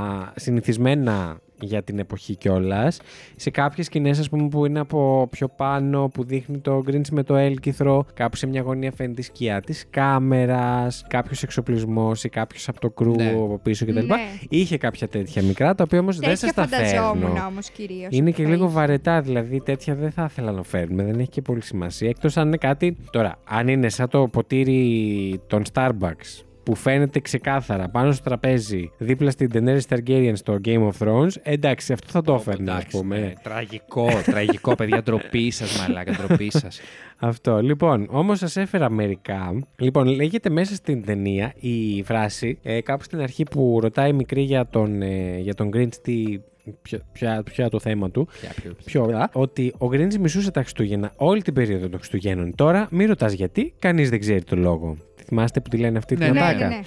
A: συνηθισμένα για την εποχή κιόλας. Σε κάποιες σκηνές, ας πούμε, που είναι από πιο πάνω, που δείχνει το Grinch με το έλκυθρο, κάπου σε μια γωνία φαίνεται η σκιά της κάμερας, κάποιος εξοπλισμός ή κάποιος από το κρού
C: Ναι.
A: από πίσω κτλ.
B: Ναι.
A: Είχε κάποια τέτοια μικρά, τα οποία όμως δεν σα
B: Τέτοια
A: τα
B: φανταζόμουν
A: φέρνω.
B: όμως κυρίως.
A: Είναι και λίγο βαρετά, δηλαδή τέτοια δεν θα ήθελα να φέρνουμε, δεν έχει και πολύ σημασία. Εκτός αν είναι κάτι. Τώρα, αν είναι σαν το ποτήρι των Starbucks που φαίνεται ξεκάθαρα πάνω στο τραπέζι δίπλα στην Daenerys Targaryen στο Game of Thrones, εντάξει, αυτό θα το έφερνα, ας
C: Εντάξει,
A: πούμε.
C: ναι. Τραγικό, τραγικό, παιδιά. Ντροπή σας, μαλάκα, ντροπή σας.
A: Αυτό. Λοιπόν, όμως σας έφερα μερικά. Λοιπόν, λέγεται μέσα στην ταινία η φράση, ε, κάπου στην αρχή που ρωτάει η μικρή για τον, ε, για τον Grinch τι. Ποιο, ποια- ποιο είναι το θέμα του. Πιο α, ότι ο Γκρίνη μισούσε τα Χριστούγεννα όλη την περίοδο των Χριστουγέννων. Τώρα, μη ρωτάς γιατί, κανείς δεν ξέρει το λόγο. Τη Θυμάστε που τη λένε αυτή
C: Ναι,
A: την
B: Ναι,
A: ατάκα.
B: ναι, ναι.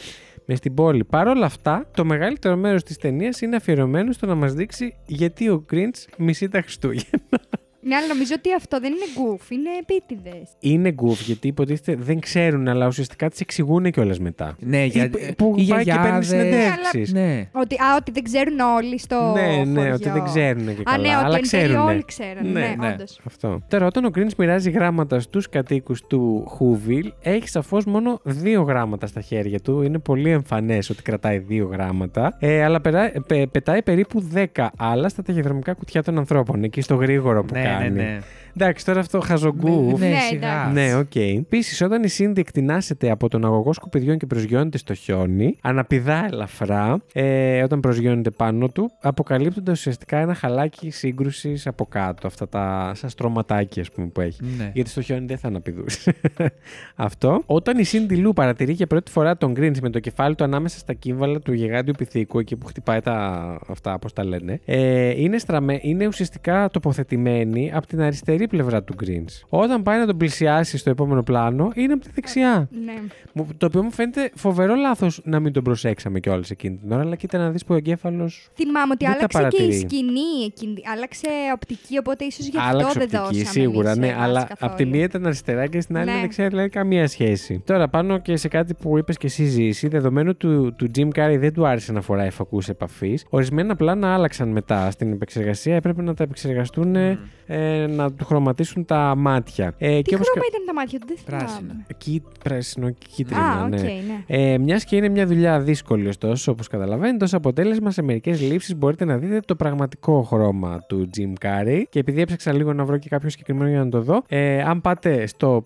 A: Μες στην πόλη. Παρ' όλα αυτά, το μεγαλύτερο μέρος της ταινίας είναι αφιερωμένο στο να μας δείξει γιατί ο Γκρίνη μισεί τα Χριστούγεννα.
B: Ναι, αλλά νομίζω ότι αυτό δεν είναι γκουφ, είναι επίτηδες.
A: Είναι γκουφ γιατί υποτίθεται δεν ξέρουν, αλλά ουσιαστικά τη εξηγούν κιόλας μετά.
C: Ναι, για,
A: Ή- που
C: οι
A: πάει και παίρνει
C: γιαγιάδες.
A: συνεντεύξεις.
C: Ναι.
B: Ότι, α, ότι δεν ξέρουν όλοι στο.
A: ναι, ναι,
B: χωριό.
A: ότι δεν ξέρουν και καλά.
B: Α, ναι,
A: αλλά
B: ότι εν τέλει
A: ξέρουν.
B: όλοι ξέρουν.
A: Ναι,
B: Ναι,
C: ναι.
B: όντως.
A: Αυτό. Τώρα, όταν ο Γκριν μοιράζει γράμματα στους κατοίκους του Χούβιλ, έχει σαφώς μόνο δύο γράμματα στα χέρια του. Είναι πολύ εμφανές ότι κρατάει δύο γράμματα. Ε, αλλά περά- πε- πετάει περίπου δέκα άλλα στα ταχυδρομικά κουτιά των ανθρώπων, εκεί στο γρήγορο που
C: Ναι, ναι,
A: κάνει.
C: ναι.
A: Εντάξει, τώρα αυτό χαζογκού.
B: Ναι,
C: σιγά.
A: Ναι, οκ. Επίσης, όταν η Σίνδη εκτινάσεται από τον αγωγό σκουπιδιών και προσγειώνεται στο χιόνι, αναπηδά ελαφρά ε, όταν προσγειώνεται πάνω του, αποκαλύπτονται ουσιαστικά ένα χαλάκι σύγκρουσης από κάτω. Αυτά τα σαν στρωματάκια, ας πούμε, που έχει.
C: Ναι.
A: Γιατί στο χιόνι δεν θα αναπηδούσε. Αυτό. Όταν η Σίντι Λου παρατηρεί για πρώτη φορά τον Γκρίνς με το κεφάλι του ανάμεσα στα κύμβαλα του γιγάντιου πυθίκου, εκεί που χτυπάει τα αυτά, πώς τα λένε, ε, είναι, στραμμέ, είναι ουσιαστικά τοποθετημένη από την αριστερή πλευρά του Γκρίνς. Όταν πάει να τον πλησιάσει στο επόμενο πλάνο, είναι από τη δεξιά.
B: Ναι.
A: Μου- Το οποίο μου φαίνεται φοβερό λάθος να μην τον προσέξαμε κιόλας εκείνη την ώρα, αλλά κοίτα να δεις που ο εγκέφαλος.
B: Θυμάμαι ότι
A: Δεν τα
B: άλλαξε και η
A: παρατηρεί.
B: σκηνή, εκείνη- άλλαξε οπτική, οπότε ίσως γι' αυτό
A: Άλλαξε
B: δεν
A: οπτική,
B: δώσαμε.
A: σίγουρα,
B: εμείς
A: ναι,
B: εμάς
A: αλλά
B: καθόλου.
A: από τη μία ήταν αριστερά και στην άλλη
B: Ναι.
A: δεν ξέρω, δηλαδή καμία σχέση. Τώρα, πάνω και σε κάτι που είπες και εσύ, Ζήση, δεδομένου του, του Jim Carrey δεν του άρεσε να φοράει φακούς επαφής, ορισμένα πλάνα άλλαξαν μετά στην επεξεργασία, έπρεπε να τα επεξεργαστούν ε, ε, να του χρωματίσουν τα μάτια. Ε,
B: Τι
A: όπως
B: χρώμα ήταν τα μάτια του, δεν θυμάμαι.
C: Πράσινα.
A: κα- Κί, πράσινο, κίτρινα,
B: Α, οκ,
A: ναι.
B: ναι.
A: Ε, Μιας και είναι μια δουλειά δύσκολη, ωστόσο, όπως καταλαβαίνετε, ως αποτέλεσμα σε μερικές λήψεις μπορείτε να δείτε το πραγματικό χρώμα του Jim Carrey. Και επειδή έψαξα λίγο να βρω και κάποιο συγκεκριμένο για να το δω, ε, αν πάτε στο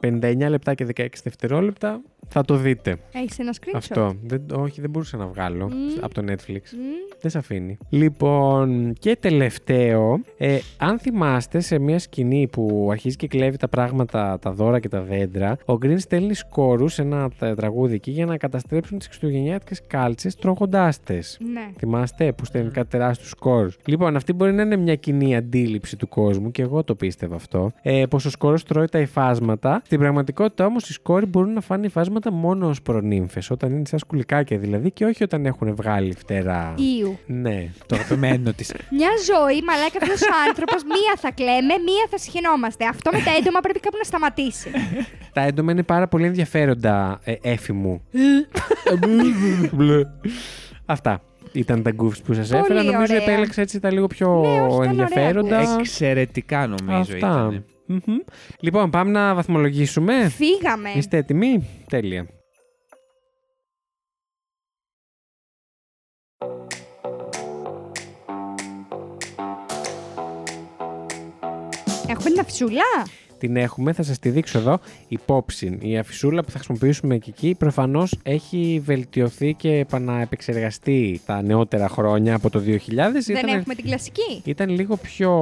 A: 59 λεπτά και 16 δευτερόλεπτα, Θα το δείτε.
B: Έχεις ένα screenshot.
A: Αυτό. Δεν, όχι, δεν μπορούσα να βγάλω
B: Μμμ.
A: από το Netflix.
B: Μμμ.
A: Δεν σε αφήνει. Λοιπόν, και τελευταίο, ε, αν θυμάστε σε μια σκηνή που αρχίζει και κλέβει τα πράγματα, τα δώρα και τα δέντρα, ο Green στέλνει σκόρους σε ένα τα- τραγούδι εκεί για να καταστρέψουν τις χριστουγεννιάτικες κάλτσες τρώγοντά τε.
B: Ναι.
A: Θυμάστε που στέλνει κάτι τεράστιους σκόρους. Λοιπόν, αυτή μπορεί να είναι μια κοινή αντίληψη του κόσμου και εγώ το πίστευα αυτό. Ε, πως ο σκόρος τρώει τα υφάσματα. Στην πραγματικότητα όμως οι σκόροι μπορούν να φάνε υφάσματα μόνο ως προνύμφες, όταν είναι σαν σκουλικάκια δηλαδή και όχι όταν έχουν βγάλει φτερά.
B: Ιου.
A: Ναι.
C: Το αγαπημένο της.
B: Μια ζωή, μαλάκα, αυτός ο άνθρωπος, μία θα κλαίμε, μία θα συχαινόμαστε. Αυτό με τα έντομα πρέπει κάπου να σταματήσει.
A: Τα έντομα είναι πάρα πολύ ενδιαφέροντα, ε, έφη μου. Αυτά ήταν τα goofs που σας
B: Πολύ
A: έφερα. Νομίζω
B: ωραία.
A: επέλεξα έτσι τα λίγο πιο
B: Ναι, όχι, ήταν
A: ενδιαφέροντα.
C: Εξαιρετικά νομίζω
A: Αυτά.
C: ήταν.
A: Μμμ. Λοιπόν, πάμε να βαθμολογήσουμε.
B: Φύγαμε.
A: Είστε έτοιμοι? Τέλεια.
B: Έχουμε την αυσούλα.
A: Την έχουμε, θα σας τη δείξω εδώ. Υπόψη, η αφισούλα που θα χρησιμοποιήσουμε και εκεί προφανώς έχει βελτιωθεί και επαναεπεξεργαστεί τα νεότερα χρόνια από το 2000.
B: Δεν
A: Ήταν-
B: έχουμε την κλασική.
A: Ήταν λίγο πιο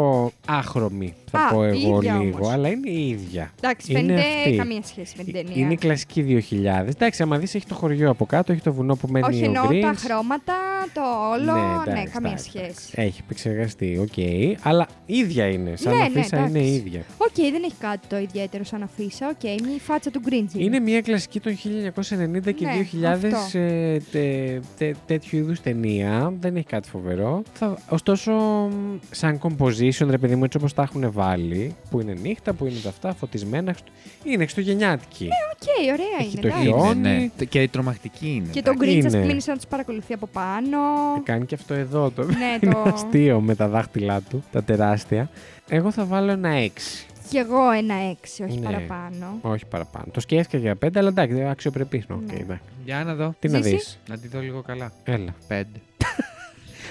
A: άχρωμη, θα
B: Α,
A: πω
B: η
A: εγώ
B: ίδια
A: λίγο,
B: όμως.
A: αλλά είναι η ίδια.
B: Εντάξει,
A: Είναι
B: φαίνεται
A: αυτή.
B: καμία σχέση με την ταινία.
A: Είναι η κλασική 2000. Εντάξει, άμα δεις έχει το χωριό από κάτω, έχει το βουνό που μένει
B: Όχι
A: ο
B: εννοώ τα
A: Grinch.
B: χρώματα, το όλο.
A: Ναι,
B: Ναι,
A: εντάξει,
B: καμία
A: εντάξει,
B: σχέση.
A: Έχει επεξεργαστεί, οκ. Αλλά ίδια είναι. Σαν
B: Ναι,
A: ναι,
B: ναι,
A: είναι
B: εντάξει.
A: ίδια.
B: Οκ, δεν έχει κάτι το ιδιαίτερο σαν αφίσα. Οκ, είναι η φάτσα του Γκρίντζι.
A: Είναι μια κλασική των 1990 και
B: Ναι,
A: 2000
B: αυτό.
A: ε, τε- τε- τέτοιου είδους ταινία. Δεν έχει κάτι φοβερό. Θα, ωστόσο, μ, σαν composition, ρε παιδί μου, έτσι όπως τα έχουν βάλει, που είναι νύχτα, που είναι τα αυτά, φωτισμένα, χριστου- είναι
B: Ε,
A: χριστουγεννιάτικη.
B: Οκ, ωραία
A: Έχει
B: είναι.
A: το
B: εντάξει.
A: χιόνι.
C: Είναι,
A: Ιόνι.
C: ναι. Και τρομακτική είναι.
B: Και
C: εντάξει.
B: τον Γκρίντζι, α
A: Είναι. Ε,
B: πούμε, είναι σαν να τους παρακολουθεί από πάνω.
A: Κάνει και αυτό εδώ το.
B: ναι,
A: Είναι
B: το.
A: αστείο με τα δάχτυλά του, τα τεράστια. Εγώ θα βάλω ένα 6.
B: Κι εγώ ένα έξι, όχι
A: Ναι.
B: παραπάνω.
A: Όχι παραπάνω. Το σκέφτηκα για 5, αλλά εντάξει, δεν αξιοπρεπής. Οκ,
B: Ναι.
A: εντάξει.
C: Για να δω.
A: Τι να
B: Ζήση.
A: δεις.
C: Να τη δω λίγο καλά.
A: Έλα.
C: Πέντε.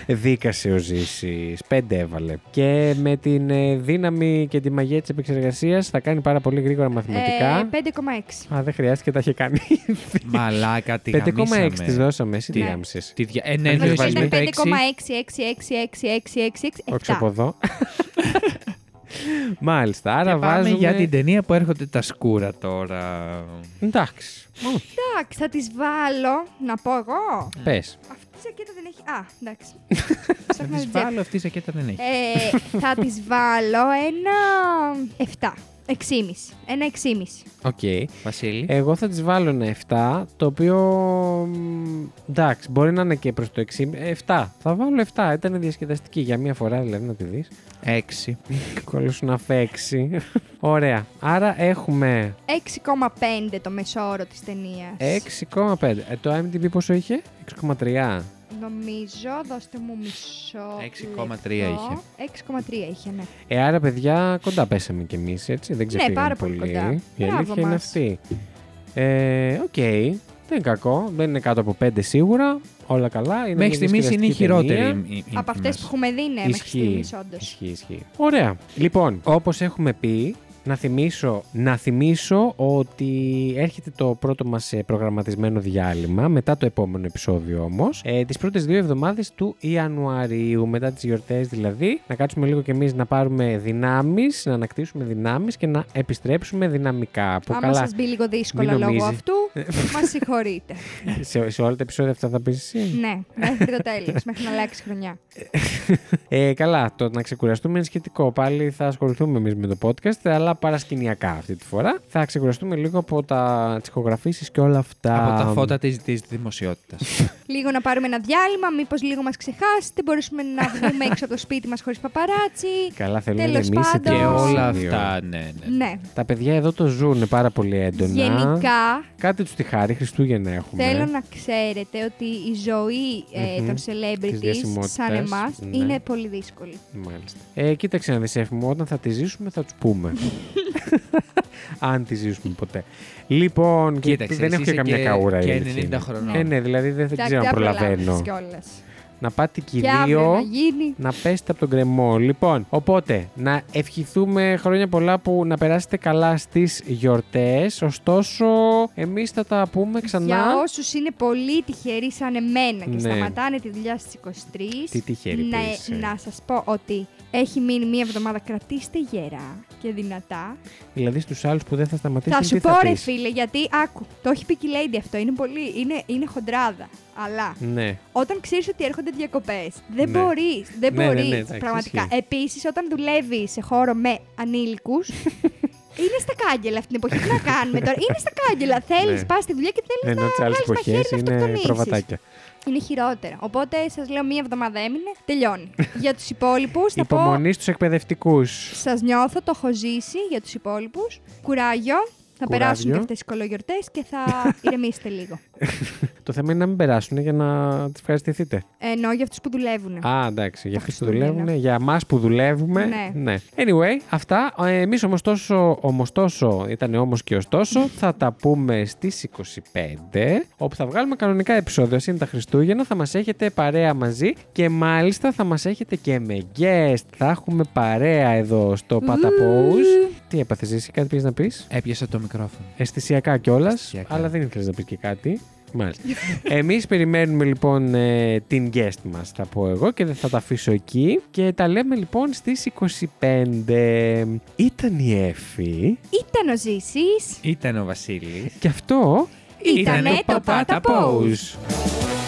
A: Δίκασε ο Ζήσης. Πέντε έβαλε. Και με την ε, δύναμη και τη μαγεία της επεξεργασίας θα κάνει πάρα πολύ γρήγορα μαθηματικά.
B: Ε, 5,6.
A: Α, δεν χρειάστηκε, τα είχε κάνει.
C: Μαλάκα, τη
A: 5,6
C: γαμίσαμε.
A: της δώσαμε. Εσύ τι
B: Ναι.
A: γάμισες.
C: Τη δια... Ε, ναι,
A: Αν
C: ναι,
A: δεν
B: Ήταν
A: βάλεις
C: ναι, το
B: 5,6,
C: 6.
B: 6,6, 6,6, 6,6,
A: Όχι από
B: 7.
A: εδώ. Μάλιστα, άρα
C: Άρα
A: βάζουμε.
C: για την ταινία που έρχονται τα σκούρα τώρα.
A: Εντάξει.
B: Εντάξει, θα τις βάλω, να πω εγώ.
A: Πε.
B: Αυτή η σακέτα δεν έχει... Α, εντάξει.
C: Θα
B: Ψάχνω
C: τις
B: την τσέπη.
C: βάλω αυτή η σακέτα δεν έχει.
B: Ε, θα τις βάλω ένα 7. 6,5. Ένα 6,5.
A: Οκ.
C: Βασίλη.
A: Εγώ θα της βάλω ένα 7, το οποίο. μ, Εντάξει, μπορεί να είναι και προς το 6. 7. Θα βάλω 7. Ήταν διασκεδαστική για μία φορά, δηλαδή να τη δεις.
C: Έξι.
A: Κολλού να φέξει. Ωραία. Άρα έχουμε
B: 6,5 το μεσόωρο της ταινίας.
A: 6,5. Ε, το IMDb πόσο είχε? 6,3.
B: Νομίζω, δώστε μου μισό
C: 6,3
B: λεπτό. 6,3 είχε, ναι.
A: Ε, άρα παιδιά, κοντά πέσαμε κι εμείς, έτσι. Δεν ξεφύγαμε
B: πάρα πολύ κοντά.
A: Η
B: Μπράβο
A: αλήθεια είναι
B: μας.
A: αυτή. Ε, Οκ. Δεν είναι κακό. Δεν είναι κάτω από 5 σίγουρα. Όλα καλά. Είναι μια
C: Μέχρι στιγμής είναι η
A: διασκεδαστική ταινία.
C: χειρότερη. η- η-
B: Από αυτές
C: μας.
B: που έχουμε δει, ναι, μέχρι
A: Ισχύει.
B: στιγμής, όντως.
A: Ισχύει, ισχύει. Ωραία. Λοιπόν, όπως έχουμε πει, να θυμίσω, να θυμίσω ότι έρχεται το πρώτο μας ε, προγραμματισμένο διάλειμμα, μετά το επόμενο επεισόδιο όμως, ε, τις πρώτες δύο εβδομάδες του Ιανουαρίου, μετά τις γιορτές δηλαδή, να κάτσουμε λίγο κι εμείς να πάρουμε δυνάμεις, να ανακτήσουμε δυνάμεις και να επιστρέψουμε δυναμικά. Που
B: Άμα
A: καλά,
B: σας μπει λίγο δύσκολα
A: μην
B: λόγω
A: νομίζεις.
B: αυτού, μας συγχωρείτε.
A: σε, σε όλα τα επεισόδια αυτά θα πεις εσύ.
B: ναι, μέχρι το τέλος, μέχρι να αλλάξει χρονιά.
A: Ε, καλά, το να ξεκουραστούμε είναι σχετικό. Πάλι θα ασχοληθούμε εμείς με το podcast, αλλά παρασκηνιακά αυτή τη φορά. Θα ξεκουραστούμε λίγο από τα τσικογραφήσει και όλα αυτά.
C: Από τα φώτα της, της δημοσιότητας.
B: λίγο να πάρουμε ένα διάλειμμα, μήπως λίγο μας ξεχάσετε, μπορούμε να βγούμε έξω από το σπίτι μας χωρίς παπαράτσι.
A: Καλά, θέλουμε εμεί
B: Τέλος πάντων.
C: και όλα
A: σημείο.
C: αυτά, ναι, ναι.
B: ναι.
A: Τα παιδιά εδώ το ζουν πάρα πολύ έντονα.
B: Γενικά,
A: Κάτι τους τη χάρη, Χριστούγεννα έχουμε.
B: θέλω να ξέρετε ότι η ζωή ε,
A: Μμμ.
B: των
A: Της
B: celebrities
A: διασημότητας,
B: σαν εμάς
A: ναι.
B: είναι πολύ δύσκολη.
A: Μάλιστα. Ε, κοίταξε να δεις Εύη μου, όταν θα τη ζήσουμε θα τους πούμε. Αν τη ζήσουμε ποτέ. Λοιπόν, και
C: Κοίταξε,
A: δεν
C: εσύ
A: έχω και
C: είσαι
A: καμιά
C: και-
A: καούρα. η
C: και
A: αλήθεια
C: 90
A: είναι.
C: χρονών.
A: Ε, ναι, δηλαδή δεν, δεν
B: Εντάξει,
A: ξέρω αν
B: δεν
A: προλαβαίνω.
B: προλάβεις κιόλας.
A: να πάτε
B: Και αύριο να
A: κυρίω
B: γίνει.
A: να πέσετε από τον κρεμό. Λοιπόν, οπότε να ευχηθούμε χρόνια πολλά που να περάσετε καλά στις γιορτές. Ωστόσο, εμείς θα τα πούμε ξανά.
B: Για όσους είναι πολύ τυχεροί σαν εμένα και
A: Ναι.
B: σταματάνε τη δουλειά στις 23.
A: Τι τυχερή
B: Ναι, να, ε,
A: που είσαι.
B: να σας πω ότι έχει μείνει μία εβδομάδα. Κρατήστε γερά και δυνατά.
A: Δηλαδή στους άλλους που δεν θα σταματήσουν.
B: θα σου
A: τι
B: πω, ρε
A: πεις?
B: φίλε, γιατί άκου. Το έχει πει και η Lady αυτό. Είναι, πολύ, είναι, είναι χοντράδα. Αλλά
A: Ναι.
B: όταν ξέρεις ότι έρχονται διακοπές, δεν
A: Ναι.
B: μπορείς. Δεν
A: Ναι, ναι,
B: μπορείς,
A: ναι, εντάξει,
B: πραγματικά.
A: ισχύει.
B: Επίσης, όταν δουλεύει σε χώρο με ανήλικους. είναι στα κάγκελα αυτή την εποχή. Τι να κάνουμε τώρα. Είναι στα κάγκελα. Θέλει,
A: Ναι.
B: πας στη δουλειά και θέλεις
A: Ενώ τι
B: να
A: άλλες
B: βγάλεις τα
A: εποχές
B: χέρια να
A: είναι
B: αυτοκτονήσεις.
A: προβατάκια.
B: Είναι χειρότερα. Οπότε σας λέω μία εβδομάδα έμεινε, τελειώνει. για τους υπόλοιπους θα πω.
A: Υπομονή στους εκπαιδευτικούς.
B: Σας νιώθω, το έχω ζήσει για τους υπόλοιπους. Κουράγιο. Θα
A: Κουράγιο.
B: περάσουν και αυτές οι κολογιορτές και θα ηρεμήσετε λίγο.
A: Το θέμα είναι να μην περάσουν για να τις ευχαριστηθείτε.
B: Εννοώ για αυτούς που δουλεύουν.
A: Α, εντάξει, για
B: Τα
A: αυτούς που
B: Χριστούγεννα.
A: δουλεύουν, για εμά που δουλεύουμε.
B: Ναι.
A: Anyway, αυτά. Εμείς όμως τόσο, όμως τόσο, ήταν όμως και ωστόσο, θα τα πούμε στις 25, όπου θα βγάλουμε κανονικά επεισόδιο. Ας Είναι τα Χριστούγεννα, θα μας έχετε παρέα μαζί και μάλιστα θα μας έχετε και με guest. Θα έχουμε παρέα εδώ στο Παταπόους. Τι έπαθες, εσύ, κάτι πήγες να πεις.
C: Έπιασα το μικρόφωνο.
A: αισθησιακά κιόλας,
C: Αισθησιακά.
A: αλλά δεν ήθελες να πεις και κάτι. Μάλιστα. Εμείς περιμένουμε λοιπόν ε, την guest μας, θα πω εγώ, και δεν θα τα αφήσω εκεί. Και τα λέμε λοιπόν στις 25. Ήταν η Εφη,
B: Ήταν ο Ζήσης.
C: Ήταν ο Βασίλης.
A: και αυτό
B: é Ήτανε το Πάτα Pose.
A: Pose.